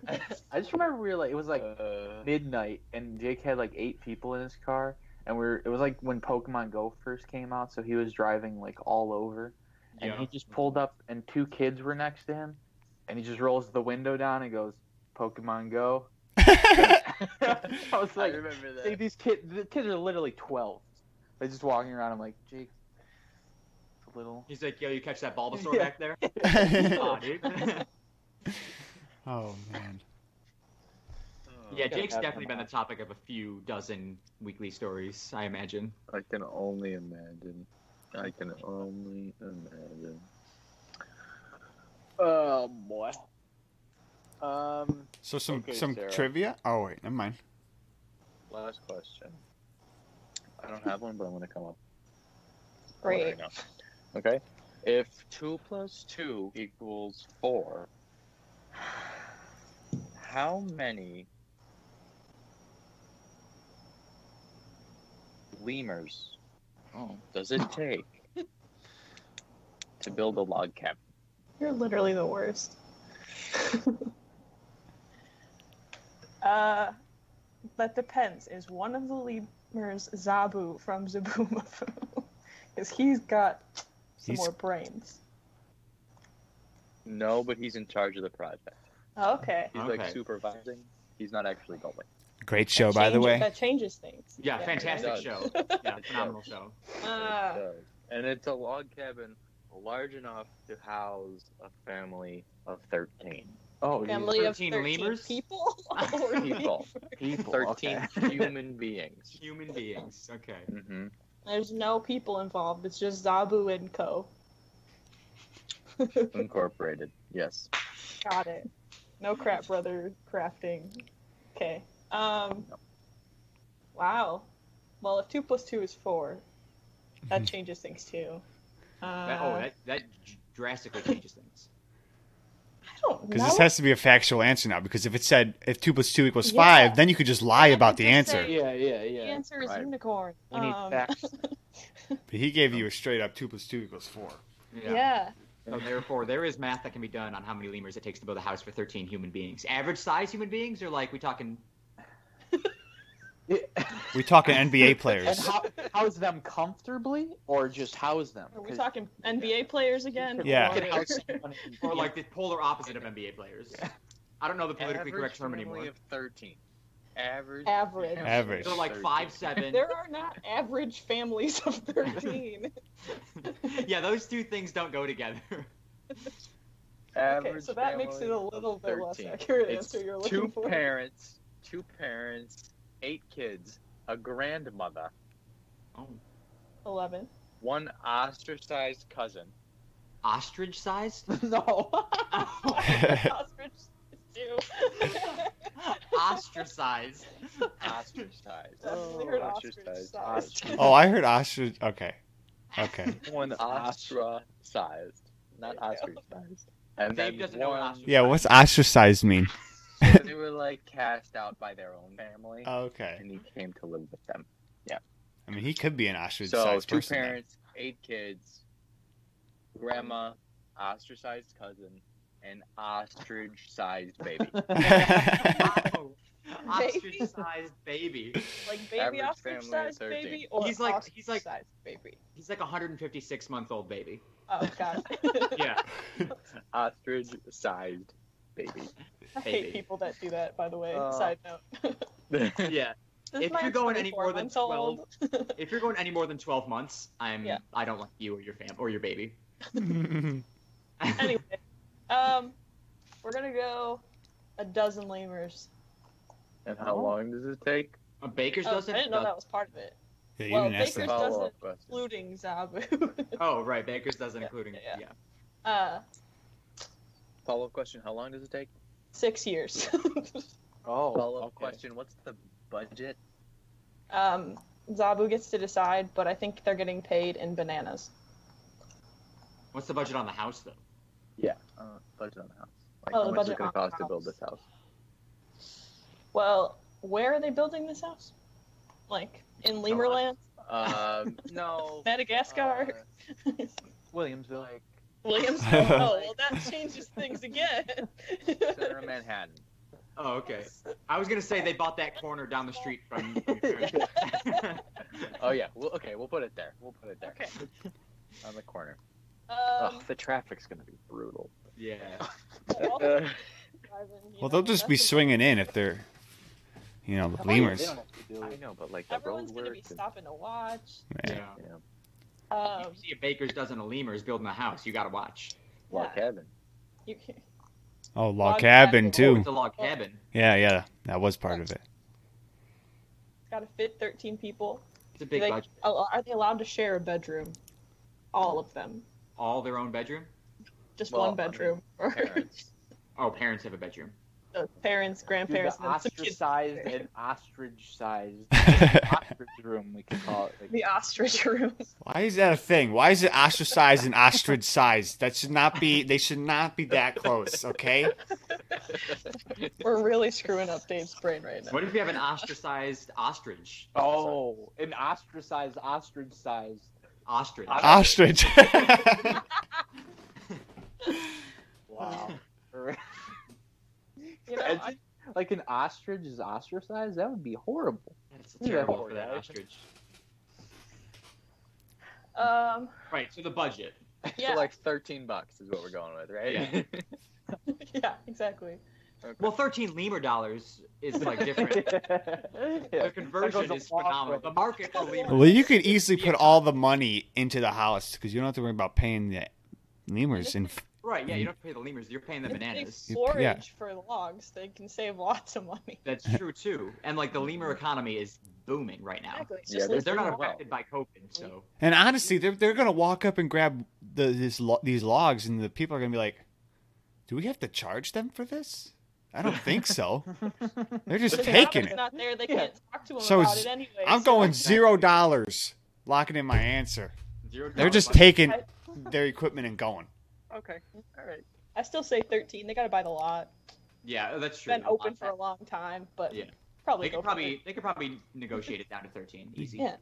S2: I just remember we were like, it was like
S1: Uh,
S2: midnight, and Jake had like eight people in his car, and we are it was like when Pokemon Go first came out, so he was driving like all over, and
S3: Yeah.
S2: he just pulled up, and two kids
S4: [LAUGHS]
S2: were next to him, and he just rolls the window down and goes, "Pokemon Go." [LAUGHS] I was like,
S1: I remember that.
S2: Like, these kids, the kids are literally 12. They're just walking around. I'm like, Jake, it's a little.
S3: He's like, yo, you catch that Bulbasaur
S2: Yeah.
S3: back there? Aw,
S4: oh
S3: dude.
S4: man.
S1: Oh,
S3: [LAUGHS] yeah, Jake's
S2: have
S3: definitely
S2: him
S3: been the
S2: on.
S3: topic of a few dozen weekly stories, I imagine.
S1: I can only imagine. I can only imagine. Oh boy. Um.
S4: So some
S1: Okay,
S4: some
S1: Sarah.
S4: trivia. Oh wait, never mind.
S1: Last question. I don't have one, but I'm gonna come up. with one
S5: Great.
S1: right now. Okay. If two plus two equals four, how many lemurs
S2: Oh.
S1: does it take to build a log cabin?
S5: You're literally the worst. [LAUGHS] uh, that depends. Is one of the lemurs Zabu from [LAUGHS] Zaboomafoo? Because he's got some
S4: He's-
S5: more brains.
S1: No, but he's in charge of the project.
S5: Oh, Okay.
S1: He's
S3: Okay.
S1: like supervising. He's not actually going.
S4: Great show, by the way.
S5: that changes things.
S3: Yeah, fantastic
S1: does.
S3: show. Yeah, phenomenal show.
S5: Uh,
S1: It does. and it's a log cabin large enough to house a family of 13
S2: Oh, you-
S5: family of
S3: 13
S5: 13
S3: lemurs?
S5: people. [LAUGHS] Or
S1: people. [LAUGHS]
S2: people.
S1: 13
S2: okay. [LAUGHS]
S1: human beings.
S3: Human beings. Okay.
S1: hmm
S5: [LAUGHS] There's no people involved. It's just Zabu and Co.
S1: Incorporated. Yes.
S5: Got it. No crap, brother. Crafting. Okay. Um. Wow. Well, if two plus two is four,
S4: [LAUGHS]
S5: that changes things too. Uh,
S3: That, oh, that, that j- drastically changes things.
S5: I don't
S4: Because
S5: know.
S4: this has to be a factual answer now. Because if it said if two plus two equals
S5: Yeah.
S4: five, then you could just lie
S5: I
S4: about the
S5: could just
S4: answer.
S5: say-
S2: Yeah, yeah,
S5: the
S2: yeah.
S5: answer is
S1: Right.
S5: unicorn.
S2: We need
S5: Um, [LAUGHS]
S2: facts.
S4: But he gave you a straight up two plus two equals four.
S5: Yeah.
S3: So therefore, there is math that can be done on how many lemurs it takes to build a house for 13 human beings. Average size human beings, or like we talking?
S4: We talking NBA
S2: And
S4: players.
S2: how, house them comfortably or just house them?
S5: Are we
S2: 'Cause
S5: talking NBA players
S2: [LAUGHS]
S5: again?
S4: Yeah.
S2: you can
S5: [LAUGHS]
S2: house someone in-
S3: Or like the polar opposite of NBA players. I don't know the politically
S1: Average
S3: correct term
S1: family
S3: anymore.
S1: of 13. Average.
S5: Average.
S4: Average.
S3: So like five
S5: [LAUGHS]
S3: seven.
S5: There are not average families of 13.
S3: yeah, those two things don't go together.
S5: okay, so that makes it a little bit less accurate
S1: It's
S5: answer you're looking
S1: two
S5: for.
S1: parents, two parents, eight kids, a grandmother,
S3: Oh.
S4: [LAUGHS]
S5: 11.
S1: one ostracized cousin,
S3: Ostrich sized?
S5: [LAUGHS]
S3: [LAUGHS]
S2: no.
S5: [LAUGHS] Ostrich too. [LAUGHS]
S3: Ostracized.
S1: ostracized.
S5: Definitely heard ostrich-sized.
S1: Ostrich.
S4: [LAUGHS] Oh, I heard ostrich. Okay, okay.
S1: One
S2: Ostr-
S1: ostracized, not
S5: There you go.
S1: ostracized. And
S3: Dave
S1: then
S3: doesn't
S1: one,
S3: know what ostracized-
S4: Yeah, what's ostracized mean?
S1: so they were like cast out by their own family,
S4: Oh, Okay.
S1: and he came to live with them.
S4: I mean, he could be an ostrich
S1: So
S4: sized
S1: two
S4: person.
S1: parents, eight kids, grandma, ostracized cousin, and ostrich-sized baby.
S4: [LAUGHS]
S3: Wow. Ostrich sized baby.
S5: [LAUGHS] Like baby
S1: Average
S5: ostrich
S1: family of
S5: sized
S1: 13.
S5: baby or
S3: He's like- he's like-
S5: ostrich-sized baby.
S3: He's like a 156 month old baby.
S5: Oh god.
S1: [LAUGHS]
S3: Yeah.
S1: Ostrich-sized baby.
S5: I
S3: Baby.
S5: hate people that do that by the way.
S1: Uh,
S5: Side note.
S3: Yeah.
S5: This
S3: if
S5: man's
S3: you're going any
S5: 24
S3: more than
S5: months old.
S3: If you're going any more than 12 months, I'm
S5: Yeah.
S3: I don't like you or your fam or your baby.
S5: [LAUGHS] anyway. Um we're gonna go a dozen lemurs.
S1: and how long does it take?
S3: [LAUGHS] a baker's
S5: Oh, I
S3: dozen?
S5: didn't know that was part of it.
S4: yeah, you
S5: Well,
S4: didn't ask
S5: Baker's
S4: that.
S5: dozen-
S1: Follow-up question.
S5: Including Zabu. [LAUGHS]
S3: Oh, right, baker's dozen, including yeah.
S5: yeah, yeah. uh
S1: Follow-up question. How long does it take?
S5: six years. [LAUGHS]
S2: Oh,
S1: Follow-up
S2: okay.
S1: question. What's the budget?
S5: um Zabu gets to decide, but I think they're getting paid in bananas.
S3: What's the budget on the house though?
S1: Yeah. Uh, budget on the house. Like,
S5: Oh,
S1: how
S5: the
S1: much is it
S5: budget
S1: going to
S5: on the
S1: cost to build
S5: house.
S1: this house?
S5: Well, where are they building this house? Like in Lemurland,
S1: Um,
S5: [LAUGHS]
S1: uh, no.
S5: Madagascar, [LAUGHS]
S2: Williamsville.
S1: like
S4: [LAUGHS]
S5: Williamsville. oh, well, that changes things again.
S1: center of Manhattan.
S3: Oh, okay. I was gonna say they bought that corner down the street from.
S5: [LAUGHS]
S3: from your parents.
S1: Oh yeah. Well, okay. We'll put it there. We'll put it there
S5: okay.
S1: on the corner.
S5: Um,
S1: [LAUGHS] Ugh, the traffic's going to be brutal.
S3: [LAUGHS] yeah.
S5: well, I'll
S1: Uh, [LAUGHS]
S5: drive in, you
S4: Well,
S5: know,
S4: they'll just be
S5: that's
S4: swinging in if they're. You know, the
S5: Why
S1: They
S5: Lemurs.
S1: don't
S4: lemurs.
S1: have to deal
S3: I
S5: [LAUGHS]
S1: with-
S3: know.
S1: But like the
S5: Everyone's
S1: road
S5: gonna be
S1: work. and-
S5: stopping to watch.
S4: Man.
S3: Yeah.
S1: Yeah.
S5: Um,
S3: You see a baker's dozen of lemurs building a house. You gotta watch.
S1: Log
S5: Yeah.
S1: cabin. [LAUGHS]
S5: you can-
S4: Oh, log
S5: Log
S4: cabin
S5: cabin.
S4: too.
S3: It's a log cabin.
S4: Yeah, yeah, that was part of it.
S5: it's gotta fit 13 people.
S3: It's a
S5: Do
S3: big
S5: they,
S3: budget.
S5: al- are they allowed to share a bedroom? All of them,
S3: All their own bedroom.
S5: just
S1: Well,
S5: one bedroom, [LAUGHS] or
S1: parents.
S3: Oh, parents have a bedroom.
S5: the parents,
S2: Dude,
S5: grandparents,
S2: the
S5: and then some kids.
S2: ostracized and ostrich-sized ostrich room, we could call it.
S5: [LAUGHS]
S2: Like,
S5: The ostrich room.
S4: Why is that a thing? Why is it ostracized and ostrich sized? That should not be. They should not be that close. Okay.
S5: We're really screwing up Dave's brain right now.
S3: What if you have an ostracized ostrich?
S2: Oh, an ostracized ostrich-sized.
S3: Ostrich.
S4: Ostrich.
S2: Wow.
S5: You know, I-
S2: [LAUGHS] like an ostrich is ostracized? That would be horrible. [LAUGHS]
S3: That's
S2: Yeah.
S3: terrible for that
S1: Yeah.
S3: ostrich.
S5: Um,
S3: Right. So the budget.
S5: yeah,
S1: For like 13 bucks is what we're going with, right?
S3: Yeah.
S5: [LAUGHS] yeah, exactly.
S1: [LAUGHS] Okay.
S3: Well, thirteen lemur dollars is
S5: [LAUGHS]
S3: like different. The conversion is phenomenal. The market for
S4: [LAUGHS]
S3: lemurs.
S4: well, you could easily put all the money into the house because you don't have to worry about paying the lemurs. And
S3: Right. Yeah. You don't have to pay the lemurs. You're paying the
S5: If they
S3: bananas.
S5: forage
S4: Yeah.
S5: for logs, they can save [LAUGHS] lots of money.
S3: That's true too. And like the lemur economy is booming right now.
S5: Exactly. It's
S1: Yeah,
S5: just
S1: they're-
S5: like-
S3: They're not
S1: Wow.
S3: affected by COVID, so
S4: and honestly, they're they're gonna walk up and grab the this lo- these logs, and the people are gonna be like, "Do we have to charge them for this? I don't think so. They're just
S5: But if
S4: taking
S5: Robert's
S4: it.
S5: Not there, they
S2: Yeah.
S5: can't talk to him
S4: So
S5: about
S4: it's-
S5: it anyway.
S4: I'm
S5: so-
S4: going zero dollars, locking in my answer.
S3: zero.
S4: They're
S3: dollars
S4: just
S3: on-
S4: taking their equipment and going.
S5: Okay, all right. I still say 13. They got to buy the lot.
S3: Yeah, that's
S5: It's
S3: true.
S5: been open for a long time, but
S3: Yeah.
S5: probably
S3: They could
S5: go for
S3: probably they could probably negotiate it down to thirteen, easy.
S5: Yeah.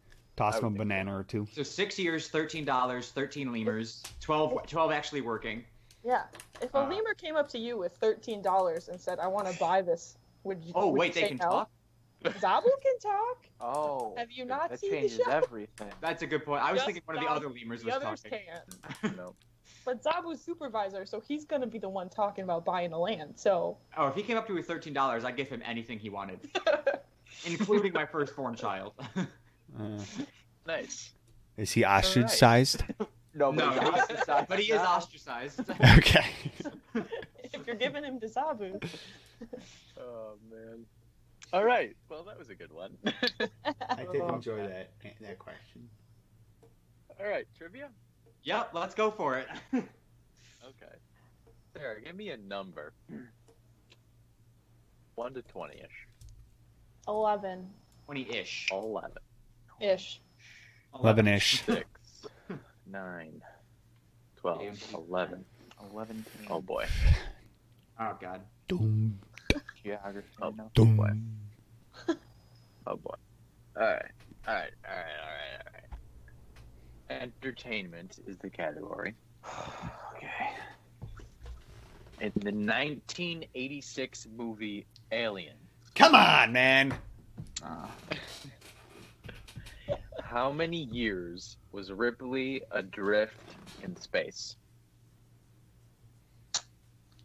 S1: I
S4: Toss them a
S1: would think
S4: banana or two.
S3: So six years, thirteen dollars, thirteen lemurs, 12, 12 actually working.
S5: it. yeah. If a
S3: Uh,
S5: lemur came up to you with thirteen dollars and said, "I want to buy this," would you?
S3: Oh
S5: would
S3: wait,
S5: you
S3: they
S5: say
S3: can
S5: no?
S3: talk. [LAUGHS]
S5: Zabul can talk.
S2: Oh.
S5: Have you not
S2: that
S5: seen the [LAUGHS]
S2: changes
S5: show?
S2: everything.
S3: That's a good point. I was
S5: Just
S3: thinking one of the
S5: talk.
S3: other lemurs
S5: The
S3: was
S5: others
S3: talking.
S1: [LAUGHS]
S5: can't.
S1: no.
S5: But Zabu's supervisor, so he's gonna be the one talking about buying the land. So
S3: Oh, if he came up to me with thirteen dollars, I'd give him anything he
S5: [LAUGHS]
S3: wanted, including my firstborn child.
S4: Uh,
S3: [LAUGHS]
S1: Nice.
S4: is he
S1: right.
S4: ostrich sized?
S2: No,
S3: no,
S2: but, he's
S3: [LAUGHS]
S2: ostracized
S3: but he is
S2: now.
S3: ostracized. [LAUGHS]
S4: okay.
S5: [LAUGHS] if you're giving him to Zabu,
S1: Oh man. All right. Well, that was a good one. [LAUGHS]
S4: I did enjoy that that question.
S1: All right, trivia.
S3: yep, let's go for it.
S1: Okay. Sarah, give me a number. One to twenty-ish.
S5: eleven
S3: Twenty-ish.
S1: Eleven.
S5: ish.
S4: Lebanese.
S1: Six.
S3: [LAUGHS]
S1: nine. Twelve.
S3: Damn.
S1: Eleven.
S2: 11 teams.
S1: Oh boy.
S3: Oh god.
S4: Doom,
S2: Geography,
S1: Oh.
S2: no.
S4: doom.
S1: What? Oh boy. All right. All right. All right. All right. All right. Entertainment is the category. [SIGHS]
S2: Okay.
S1: in the 1986 movie Alien.
S4: Come on, man.
S2: Uh,
S1: How many years was Ripley adrift in space?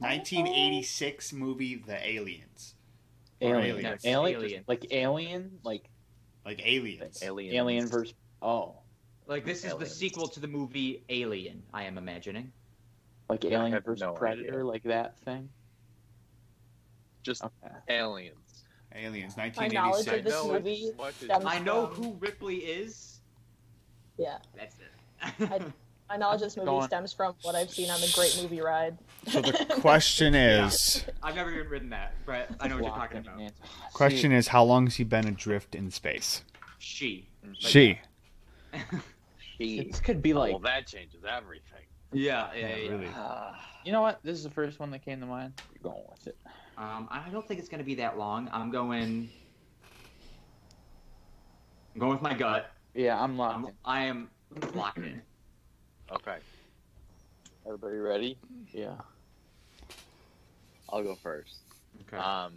S4: 1986 movie The Aliens.
S2: alien.
S4: Alien.
S2: Alien.
S3: Alien.
S2: Like alien? Like
S4: Like aliens.
S1: Alien.
S2: alien versus. Oh.
S3: Like this is the
S1: Aliens.
S3: sequel to the movie Alien. I am imagining.
S2: Like
S1: I
S2: alien
S1: have
S2: versus
S1: no
S2: predator?
S1: idea.
S2: Like that thing?
S1: Just
S2: Okay.
S1: aliens.
S4: aliens.
S5: My knowledge of
S4: 1986.
S5: this
S1: No,
S5: movie
S1: it's- what is-
S5: stems
S3: I know
S5: from-
S3: who Ripley is.
S5: Yeah,
S3: That's it.
S5: I- my knowledge of this
S2: Go
S5: movie
S2: on.
S5: stems from what I've seen on the Great Movie Ride.
S4: So the question is,
S3: [LAUGHS] I've never even written that, but I know what you're
S2: Locked
S3: talking
S2: in
S3: about.
S2: an answer.
S4: question
S2: See,
S4: is, how long has he been adrift in space?
S3: She.
S4: She.
S1: She.
S2: This could be like.
S1: well, that changes everything.
S3: Yeah, yeah,
S4: Yeah,
S3: yeah.
S4: really.
S2: You know what? This is the first one that came to mind. You're going with it.
S3: Um, I don't think it's gonna be that long. I'm going. I'm going with my gut.
S2: Yeah, I'm locked
S3: I'm,
S2: in.
S3: I am locked in.
S1: Okay. Everybody ready?
S2: Yeah.
S1: I'll go first.
S3: Okay.
S1: Um,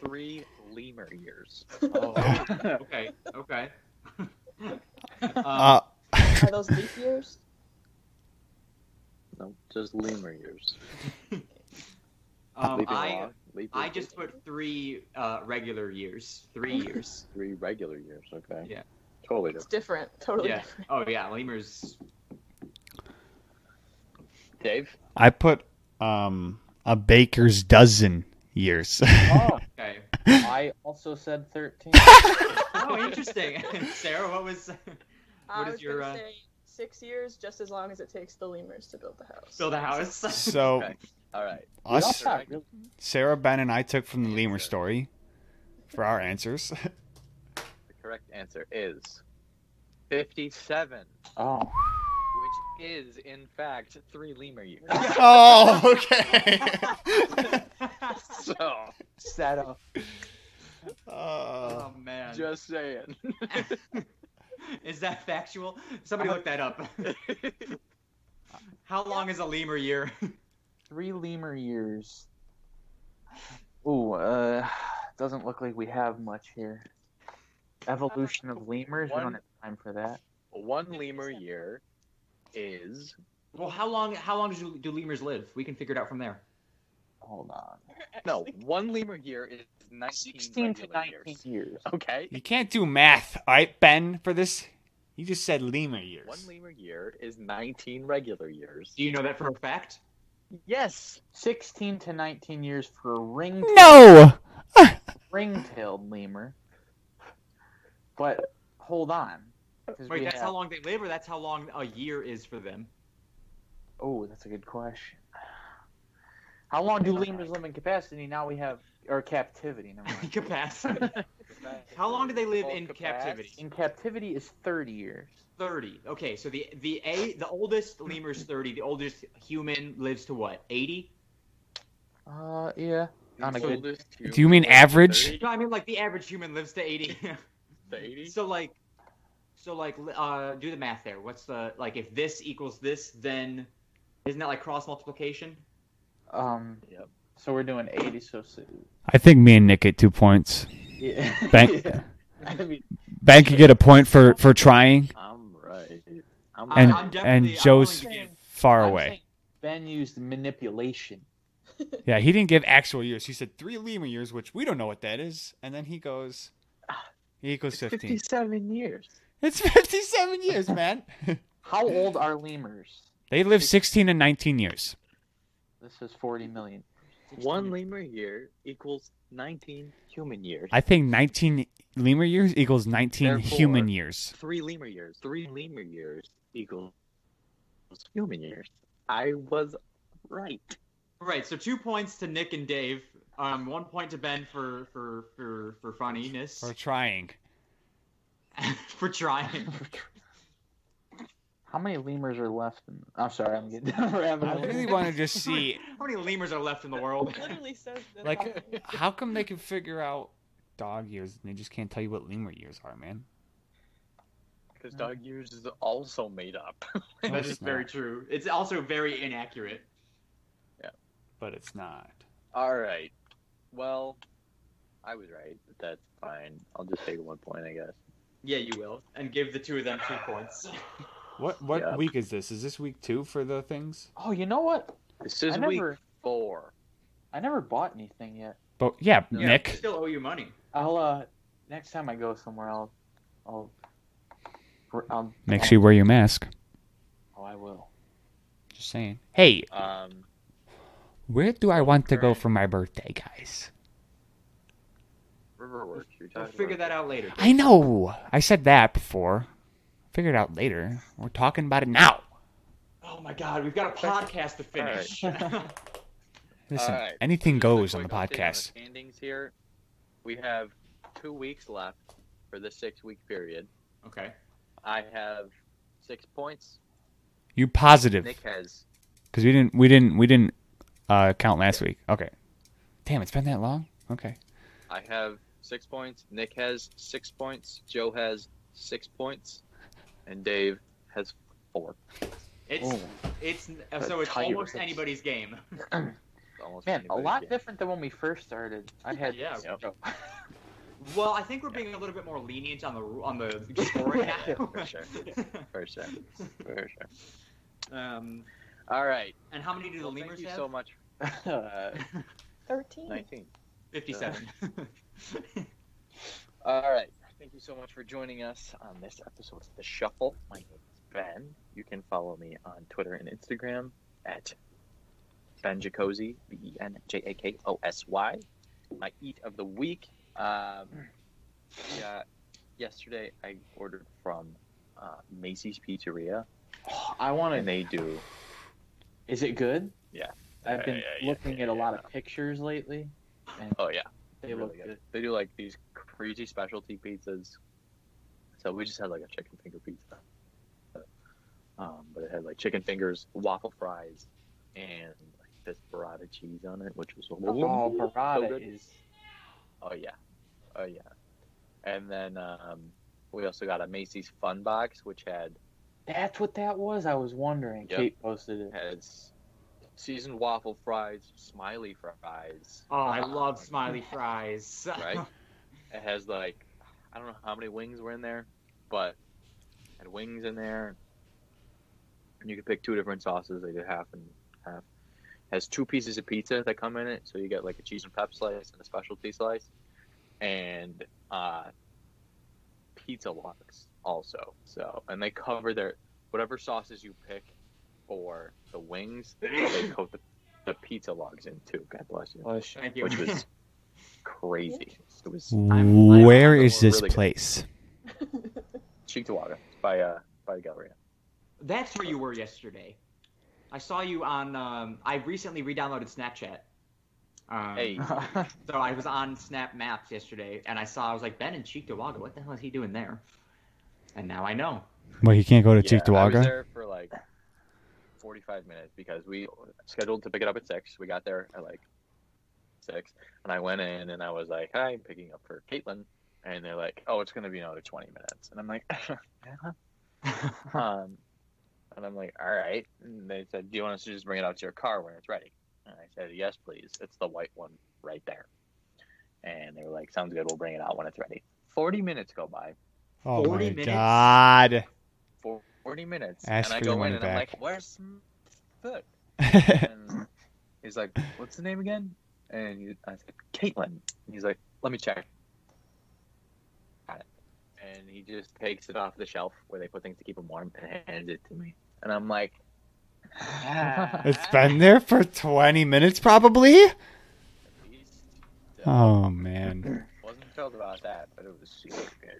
S1: three lemur years.
S2: Oh.
S3: okay. [LAUGHS] Okay. um,
S4: Uh,
S5: Are those leap years?
S1: No, just lemur years.
S3: um,
S1: Leaping
S3: I
S1: along. leap
S3: I
S1: year
S3: just
S1: taken?
S3: put three uh, regular years. Three years.
S1: three regular years. Okay.
S3: Yeah.
S1: Totally
S5: It's
S1: different.
S5: different. Totally
S3: yeah.
S5: different.
S3: Oh yeah, lemurs.
S1: Dave.
S4: I put um a baker's dozen years. [LAUGHS]
S2: Oh,
S3: Okay.
S2: I also said 13.
S3: Oh, interesting. [LAUGHS] Sarah, what was [LAUGHS]
S5: I
S3: What is
S5: was
S3: your,
S5: gonna
S3: uh,
S5: say six years, just as long as it takes the lemurs to build the house. [LAUGHS]
S3: build a house?
S4: so
S1: Okay. All right.
S2: We all
S4: us,
S1: Yeah.
S2: got really-
S4: Sarah, Ben, and I took from the lemur
S1: Answer.
S4: story for our answers.
S1: The correct answer is fifty-seven,
S2: Oh,
S1: which is in fact three lemur years. [LAUGHS]
S4: oh, okay.
S3: [LAUGHS]
S1: so
S2: set up.
S4: Uh,
S3: [LAUGHS] oh man.
S1: just saying.
S3: [LAUGHS] Is that factual? Somebody look that [LAUGHS] up. How long is a lemur year?
S2: Three lemur years. Ooh, uh, doesn't look like we have much here. Evolution of lemurs? We
S1: One-
S2: don't have time for that.
S1: One lemur year is
S3: [LAUGHS] Well, how long? How long do, do lemurs live? We can figure it out from there.
S2: Hold on.
S1: no one lemur year is nineteen.
S2: 16 to
S1: regular
S2: 19
S1: years.
S2: years.
S1: Okay.
S4: you can't do math, all right, Ben, for this. You just said lemur years.
S1: One lemur year is 19 regular years.
S3: Do you know that for a fact?
S1: Yes.
S2: 16 to 19 years for a ring
S4: no!
S2: ring-tailed lemur. But hold on. 'cause
S3: Wait,
S2: we
S3: that's
S2: have-
S3: how long they live, or that's how long a year is for them?
S2: Oh, that's a good question. How long do lemurs live in capacity? Now we have or captivity. Never
S3: [LAUGHS]
S4: [LAUGHS]
S2: mind.
S3: Capacity. How long do they live in captivity?
S2: In captivity is thirty years.
S3: Thirty. Okay, so the the a the oldest lemur's thirty. The oldest human lives to what? Eighty.
S2: Uh, yeah. Not a
S1: The
S2: good-
S1: oldest human
S4: Do you mean
S1: lived to
S4: average?
S1: 30
S3: No, I mean like the average human lives to [LAUGHS] eighty.
S1: to 80?
S3: So like, so like, li- uh, do the math there. What's the like? If this equals this, then isn't that like cross multiplication?
S2: Um.
S1: Yep.
S2: So we're doing eighty. So, so
S4: I think me and Nick get two points.
S2: yeah. [LAUGHS]
S4: Thank-
S2: yeah. I mean,
S4: Ben could get a point for, for trying
S1: I'm right. I'm
S4: And-
S1: right.
S3: I'm definitely-
S4: and Joe's-
S3: I'm willing to
S4: far
S2: I'm
S4: away.
S2: saying Ben used manipulation.
S4: Yeah, he didn't give actual years. He said three lemur years, which we don't know what that is. And then he goes, he equals 15.
S5: Fifty-seven years.
S4: It's 57 years, man. [LAUGHS]
S2: How old are lemurs?
S4: they live 16 and 19 years.
S2: This is forty million. [LAUGHS]
S3: give
S1: One lemur year equals 19 human years.
S4: I think 19 lemur years equals 19
S1: Therefore-
S4: human years.
S1: Three lemur years. Three lemur years equals human years. I was right.
S3: Right. So two points to Nick and Dave. Um, one point to Ben for for for for funniness [LAUGHS]
S4: Or trying. [LAUGHS]
S3: for trying.
S2: How many lemurs are left? In... I'm sorry. I'm getting. we're having
S4: I
S2: a-
S4: really want to just
S3: [LAUGHS]
S4: see
S3: How many lemurs are left in the
S4: [LAUGHS]
S3: world?
S5: It literally says that.
S4: Like-
S5: on it.
S4: [LAUGHS] how come they can figure out dog years and they just can't tell you what lemur years are, man.
S1: Because dog years is also made up. [LAUGHS]
S4: No,
S3: [LAUGHS] That
S4: it's
S3: is very
S4: not.
S3: true. It's also very inaccurate.
S4: But it's not.
S1: All right. Well, I was right. But that's fine. I'll just take one point, I guess.
S3: Yeah, you will, and give the two of them
S4: [SIGHS]
S3: two points.
S4: What what
S1: Yeah.
S4: week is this? Is this week two for the things?
S2: Oh, you know what?
S1: This is
S2: I
S1: week
S2: never.
S1: four.
S2: I never bought anything yet.
S4: But yeah,
S3: [LAUGHS] Yeah,
S4: Nick.
S3: we still owe you money.
S2: I'll uh next time I go somewhere I'll I'll, I'll
S4: Make sure you wear your mask.
S2: Oh, I will.
S4: Just saying. Hey,
S1: Um,
S4: where do I want to go for my birthday, guys?
S1: Riverworks. You're
S3: We'll
S1: talking
S3: figure
S1: about
S3: that out later.
S4: I know. I said that before. Figure it out later. We're talking about it now.
S3: Oh my god, we've got a podcast to finish. [LAUGHS]
S1: All
S4: Listen,
S1: right.
S4: anything goes on the
S1: Quick update
S4: podcast.
S1: the standings here. We have two weeks left for the six-week period.
S3: okay.
S1: I have six points.
S4: You positive
S1: Nick has.
S4: because we didn't we didn't we didn't uh, count last week. Okay. Damn, it's been that long. Okay.
S1: I have six points. Nick has six points. Joe has six points, and Dave has four.
S3: It's
S2: Oh,
S3: it's uh, so it's
S2: tight
S3: almost
S2: race.
S3: anybody's game.
S1: It's Almost
S2: man, a
S1: anybody's
S2: lot
S1: game.
S2: different than when we first started. I had
S3: Yeah.
S1: Yep.
S3: Well, I think we're being a little bit more lenient on the ru- on the
S1: [LAUGHS]
S3: scoring
S2: Yeah,
S3: now.
S1: for
S3: [LAUGHS]
S1: sure. For sure. For sure.
S3: um,
S1: All right.
S3: and how many do the
S1: Well, thank
S3: lemurs
S1: you
S3: have?
S1: so much.
S2: [LAUGHS] uh,
S5: Thirteen.
S1: 19. [LAUGHS]
S3: 57.
S1: All right. Thank you so much for joining us on this episode of The Shuffle. My name is Ben. You can follow me on Twitter and Instagram at Ben Jacozy, B E N J A K O S Y. My eat of the week. Um, yeah, yesterday I ordered from uh, Macy's Pizzeria,
S2: I want
S1: and
S2: to.
S1: they do.
S2: Is it good?
S1: Yeah.
S2: I've been
S1: Yeah, yeah, yeah,
S2: looking
S1: yeah,
S2: at a lot
S1: yeah.
S2: of pictures lately.
S1: Oh yeah,
S2: They
S1: really
S2: look
S1: good.
S2: good.
S1: They do like these crazy specialty pizzas. So we just had like a chicken finger pizza, um, but it had like chicken fingers, waffle fries, and like this burrata cheese on it, which was
S2: Oh,
S1: so
S2: burrata
S1: good.
S2: is.
S1: Oh yeah, oh yeah. And then um, we also got a Macy's Fun Box, which had
S2: That's what that was. I was wondering.
S1: Yep.
S2: Kate posted it.
S1: has seasoned waffle fries, smiley fries.
S3: oh, I
S1: um,
S3: love smiley fries. [LAUGHS]
S1: Right. It has like I don't know how many wings were in there, but it had wings in there. And you could pick two different sauces. They did half and half. It has two pieces of pizza that come in it, so you get like a cheese and pep slice and a specialty slice, and uh, pizza logs also. So and they cover their whatever sauces you pick for the wings, they coat the, the pizza logs in too. God bless you
S2: Well, sh- [LAUGHS]
S3: Thank you.
S1: which was crazy. It was
S4: Mm.
S6: Where
S1: I'm-
S6: is this
S1: really good.
S6: place?
S1: Cheektowaga by uh by Galleria.
S3: [LAUGHS] That's where you were yesterday. I saw you on. Um, I recently re-downloaded Snapchat. Um,
S1: Hey,
S3: So I was on Snap Maps yesterday, and I saw I was like Ben in Cheektowaga. What the hell is he doing there? And now I know.
S6: Wait, you can't go to
S1: yeah, I was
S6: Cheektowaga?
S1: there for like forty-five minutes because we scheduled to pick it up at six. We got there at like six, and I went in and I was like, "Hi, I'm picking up for Caitlin," and they're like, "Oh, it's gonna be another twenty minutes," and I'm like, [LAUGHS] um, and I'm like, "All right." And they said, "Do you want us to just bring it out to your car when it's ready?" And I said, "Yes, please. It's the white one right there." And they were like, "Sounds good. We'll bring it out when it's ready." Forty minutes go by.
S6: Oh
S3: 40
S6: my
S3: minutes.
S6: god. [LAUGHS]
S1: for 40 minutes.
S6: Ask
S1: and I
S6: for your
S1: go in
S6: money
S1: and I'm
S6: back.
S1: like, where's m- foot?
S6: [LAUGHS] That's
S1: And he's like, what's the name again? And he, I said, Caitlin. And he's like, let me check. Got it. And he just takes it off the shelf where they put things to keep them warm and hands it to me. And I'm like,
S2: Ah.
S6: been there for 20 minutes probably?
S1: "At least." uh,
S6: Oh man.
S1: Wasn't thrilled about that, but it was super good.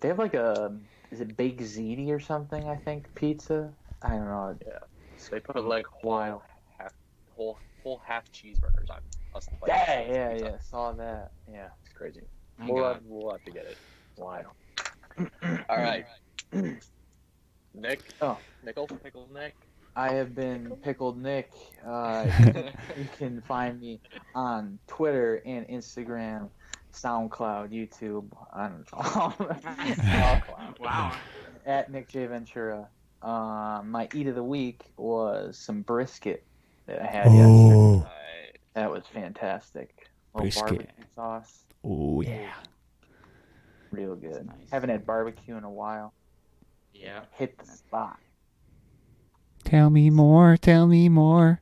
S2: they have like a is it baked ziti or something? I think pizza. I don't know.
S1: So they put like whole
S2: Wild.
S1: half, whole, whole half cheeseburgers on us. like,
S2: Yeah, yeah,
S1: pizza.
S2: yeah. Saw that. Yeah.
S1: It's crazy.
S3: My
S1: We'll
S3: God.
S1: have, we'll have to get it. Why? All [CLEARS THROAT] right. Nick.
S2: Oh.
S1: Nickel. Pickle [LAUGHS] Nick.
S2: I have been Pickled Nick.
S6: [LAUGHS]
S2: Uh, you can find me on Twitter and Instagram, SoundCloud, YouTube. I don't know. [LAUGHS]
S3: wow.
S1: [LAUGHS]
S2: At Nick J Ventura. Uh, my eat of the week was some brisket that I had yesterday.
S6: Oh,
S2: That was fantastic. A little
S6: Brisket.
S2: barbecue sauce,
S6: oh yeah.
S2: real good.
S3: Nice.
S2: Haven't had barbecue in a while.
S3: Yeah.
S2: Hit the spot.
S6: Tell me more, tell me more.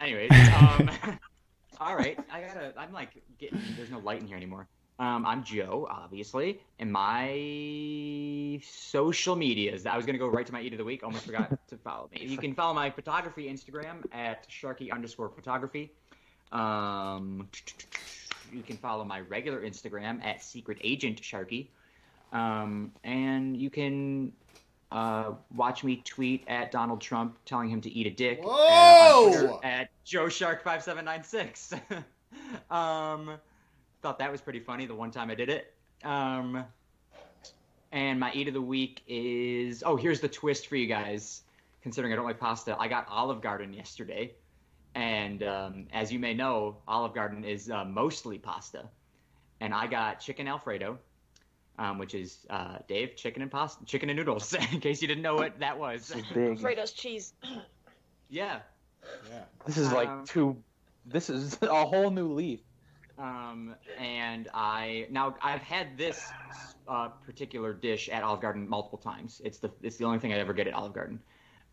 S3: Anyways, um, [LAUGHS] all right. I gotta. I'm like getting. There's no light in here anymore. Um, I'm Joe, obviously, and my social medias. I was gonna go right to my eat of the week. Almost forgot to follow me. You can follow my photography Instagram at Sharky underscore photography. Um, you can follow my regular Instagram at Secret Agent Sharky. Um, and you can uh, watch me tweet at Donald Trump telling him to eat a dick. and on Twitter
S4: Whoa!
S3: At Joe Shark five seven nine six. [LAUGHS] Um, thought that was pretty funny the one time I did it. Um, and my eat of the week is oh here's the twist for you guys. Considering I don't like pasta, I got Olive Garden yesterday, and um, as you may know, Olive Garden is uh, mostly pasta, and I got chicken Alfredo um, which is uh, Dave chicken and pasta, chicken and noodles. [LAUGHS] in case you didn't know what that was,
S2: This is big.
S5: Fritos cheese.
S3: yeah.
S4: Yeah.
S2: This is like
S3: Um,
S2: two. This is [LAUGHS] a whole new leaf.
S3: Um, and I now I've had this uh, particular dish at Olive Garden multiple times. It's the it's the only thing I ever get at Olive Garden,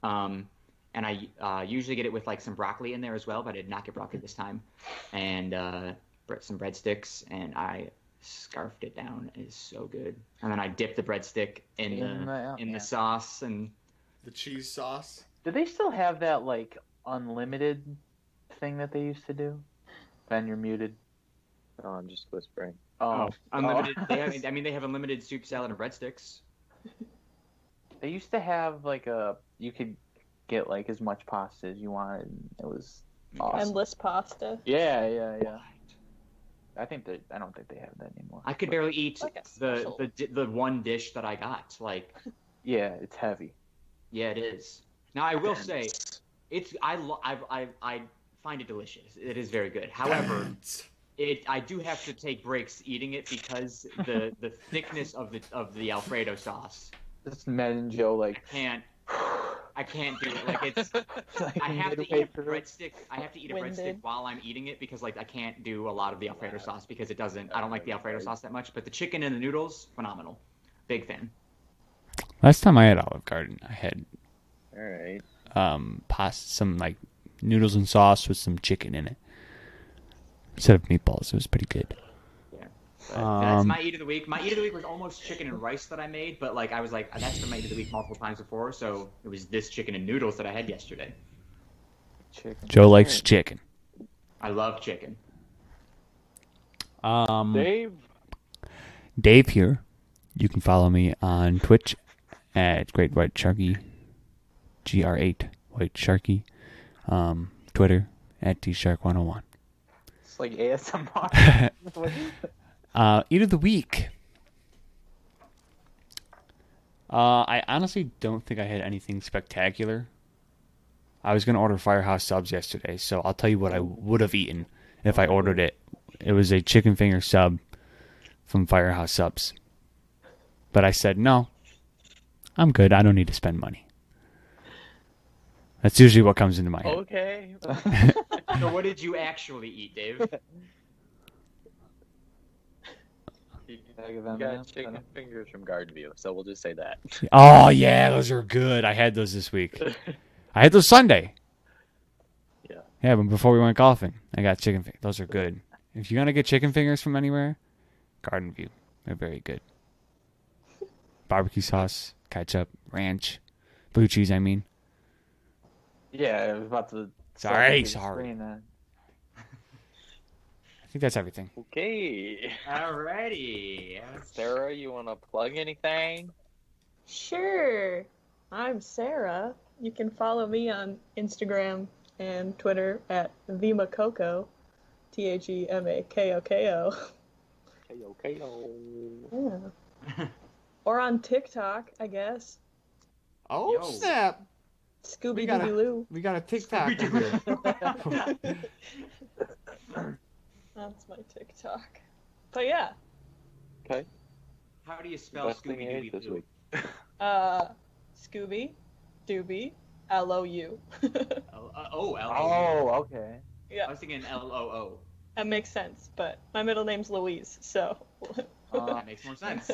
S3: um, and I uh, usually get it with like some broccoli in there as well, but I did not get broccoli this time, and uh, bre- some breadsticks, and I scarfed it down. It's so good. And then I dipped the breadstick in,
S2: In
S3: the,
S2: the-
S3: in
S2: yeah.
S3: the sauce, and
S7: The cheese sauce.
S2: Do they still have that like unlimited thing that they used to do? Ben, you're muted.
S1: Oh, I'm just whispering.
S2: Oh,
S3: unlimited.
S2: Oh.
S3: They have, I mean, they have unlimited soup, salad, and breadsticks.
S2: they used to have like a you could get like as much pasta as you wanted. And it was awesome.
S5: Endless pasta.
S2: yeah, yeah, yeah. I think that I don't think they have that anymore.
S3: I could barely eat
S5: Like a
S3: the
S5: special.
S3: the di- the one dish that I got. Like,
S2: Yeah, it's heavy.
S3: yeah, it is. Now I will say, it's I lo- I I, I find it delicious. It is very good. However. It, I do have to take breaks eating it because the, the thickness of the of the Alfredo sauce.
S2: Just Matt and Joe like, [SIGHS]
S3: Can't I can't do it. Like it's
S2: like [LAUGHS]
S3: I have to
S2: midway
S3: eat a
S2: through.
S3: breadstick. I have to eat a breadstick
S5: Winded.
S3: while I'm eating it because like I can't do a lot of the Alfredo sauce because it doesn't. I don't like the Alfredo sauce that much. But the chicken and the noodles, phenomenal. Big fan.
S4: Last time I had Olive Garden, I had
S1: All right.
S4: um pasta, some like noodles and sauce with some chicken in it instead of meatballs. It was pretty good.
S3: And that's
S4: Um,
S3: my eat of the week. My eat of the week was almost chicken and rice that I made, but like I was like that's been my eat of the week multiple times before, so it was this chicken and noodles that I had yesterday.
S2: Chicken.
S4: Joe likes chicken.
S3: I love chicken.
S4: Um,
S2: Dave.
S4: Dave here. You can follow me on Twitch at Great White Sharky, GR8 White Sharky. Um, Twitter at dshark101.
S2: It's like
S4: [LAUGHS]
S2: ASMR. What-
S4: Uh, eat of the week. Uh, I honestly don't think I had anything spectacular. I was gonna order Firehouse subs yesterday, so I'll tell you what I would have eaten if I ordered it. It was a chicken finger sub from Firehouse Subs, but I said no. I'm good. I don't need to spend money. That's usually what comes into my head.
S1: [LAUGHS] Okay.
S3: So what did you actually eat, Dave?
S1: You
S2: Bag of
S1: got
S2: M&Ms, I
S1: chicken
S2: don't-
S1: fingers from Garden View, so we'll just say that.
S4: Oh yeah, those are good. I had those this [LAUGHS] week. I had those Sunday.
S1: Yeah.
S4: Yeah, but before we went golfing, I got chicken. Fi- those are good. If you're gonna get chicken fingers from anywhere, Garden View. They're very good. Barbecue sauce, ketchup, ranch, blue cheese. I mean,
S2: Yeah, I was about to.
S4: Sorry,
S2: to
S4: sorry.
S2: screen that.
S4: I think that's everything.
S1: okay.
S3: Alrighty.
S1: Sarah, you want to plug anything?
S5: Sure. I'm Sarah. You can follow me on Instagram and Twitter at VimaCoco. T H E M A K O K O.
S1: Okay, okay.
S5: Yeah. Or on TikTok, I guess.
S7: Oh
S3: Yo.
S7: snap!
S5: Scooby
S7: gotta-
S5: Dooby Loo.
S7: We got a TikTok. here.
S5: [LAUGHS] That's my TikTok. But yeah,
S1: Okay.
S3: [LAUGHS] How do you spell
S1: Best thing I
S3: Scooby
S1: ate this
S3: Doo?
S1: week.
S5: uh, Scooby Dooby L O U.
S3: Oh, uh, oh, L.
S2: Oh, okay.
S3: I
S5: Yeah,
S3: was thinking L O O.
S5: that makes sense, but my middle name's Louise, so.
S2: Uh,
S3: That makes more [LAUGHS]
S5: [LAUGHS]
S3: sense.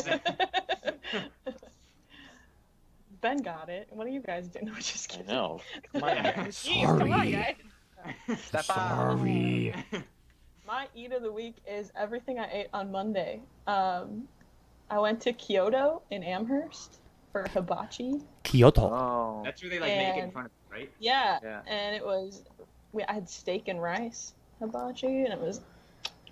S5: ben got it. What do you guys do? [LAUGHS] No, just
S1: I
S5: kidding.
S1: know. Come
S3: [LAUGHS]
S1: on,
S5: [LAUGHS]
S3: Yeah.
S5: Jeez, come on,
S4: Sorry.
S5: guys.
S1: step up.
S4: Sorry.
S5: [LAUGHS] My eat of the week is everything I ate on Monday. Um, I went to Kyoto in Amherst for hibachi.
S4: Kyoto.
S2: Oh.
S3: That's where they like make it in
S5: And-
S3: front of you, right?
S5: Yeah,
S2: Yeah.
S5: and it was we, I had steak and rice hibachi, and it was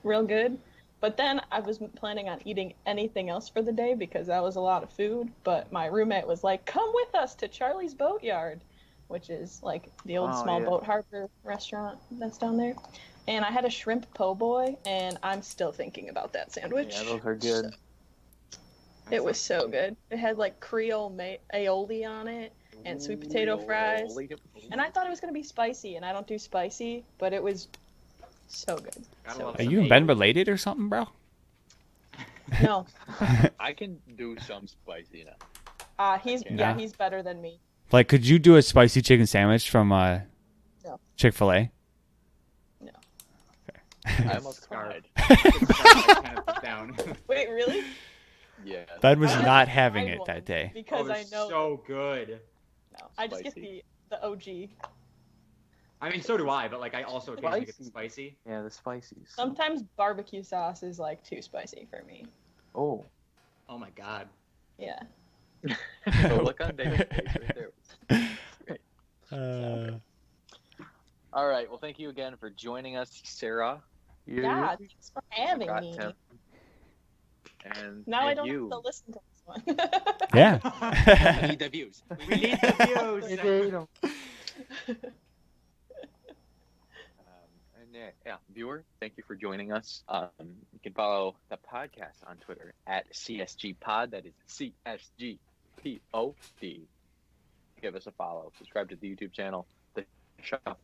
S5: real good. But then I was planning on eating anything else for the day because that was a lot of food. But my roommate was like, "Come with us to Charlie's Boatyard," which is like the old
S2: Oh,
S5: small
S2: yeah.
S5: boat harbor restaurant that's down there. And I had a shrimp po' boy, and I'm still thinking about that sandwich.
S2: Yeah, those are good.
S5: it was so good. It had like Creole ma- aioli on it, and sweet potato fries. And I thought it was gonna be spicy, and I don't do spicy, but it was so good.
S3: Gotta
S5: So-
S3: love
S4: Are
S3: some
S4: you and
S3: egg.
S4: Ben related or something, bro?
S5: No,
S1: I can do some spicy [LAUGHS] now.
S5: uh, he's
S1: Okay.
S5: yeah,
S4: No.
S5: he's better than me.
S4: Like, could you do a spicy chicken sandwich from uh,
S5: No.
S4: Chick Fil A?
S1: I almost
S3: Scarf.
S1: cried.
S3: kind of down. [LAUGHS] Oh,
S5: [LAUGHS] Wait, really?
S1: Yeah.
S4: Ben was
S5: I
S4: not having
S5: tried
S4: it
S5: one [LAUGHS]
S4: that day.
S5: Because
S3: oh,
S5: I
S3: it's
S5: know
S3: so good.
S5: no, I just get
S1: spicy.
S5: the the OG.
S3: I mean, so do I, but like I also occasionally get the
S2: Spicy.
S3: spicy.
S2: Yeah, the spices.
S5: Sometimes barbecue sauce is like too spicy for me.
S2: Oh,
S3: Oh my god.
S5: Yeah.
S1: So look on Dave's page
S4: [LAUGHS]
S1: right there.
S6: Uh,
S1: All right. Well, thank you again for joining us, Sarah.
S5: Yeah, thanks for having
S1: Got
S5: me.
S1: Tim. And
S5: Now I
S1: and
S5: don't
S1: you.
S5: have to listen to this one. [LAUGHS]
S6: yeah.
S1: [LAUGHS]
S4: [LAUGHS]
S1: We
S5: E
S1: need the views.
S3: we need the views.
S2: you
S1: Um, and yeah, yeah, viewer, thank you for joining us. Um, you can follow the podcast on Twitter at CSG Pod. That is C S G P O D. Give us a follow. Subscribe to the YouTube channel, the Shuffle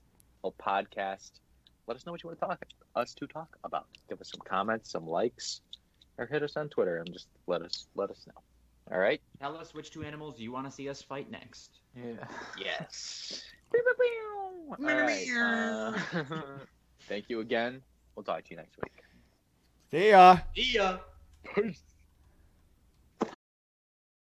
S1: Podcast. Let us know what you want to talk us to talk about. Give us some comments, some likes, or hit us on Twitter and just let us let us know. All right.
S3: Tell us which two animals you want to see us fight next.
S2: Yeah.
S1: Yes. All right, uh, [LAUGHS] thank you again. We'll talk to you next week.
S4: See ya.
S3: Yeah.
S1: Peace.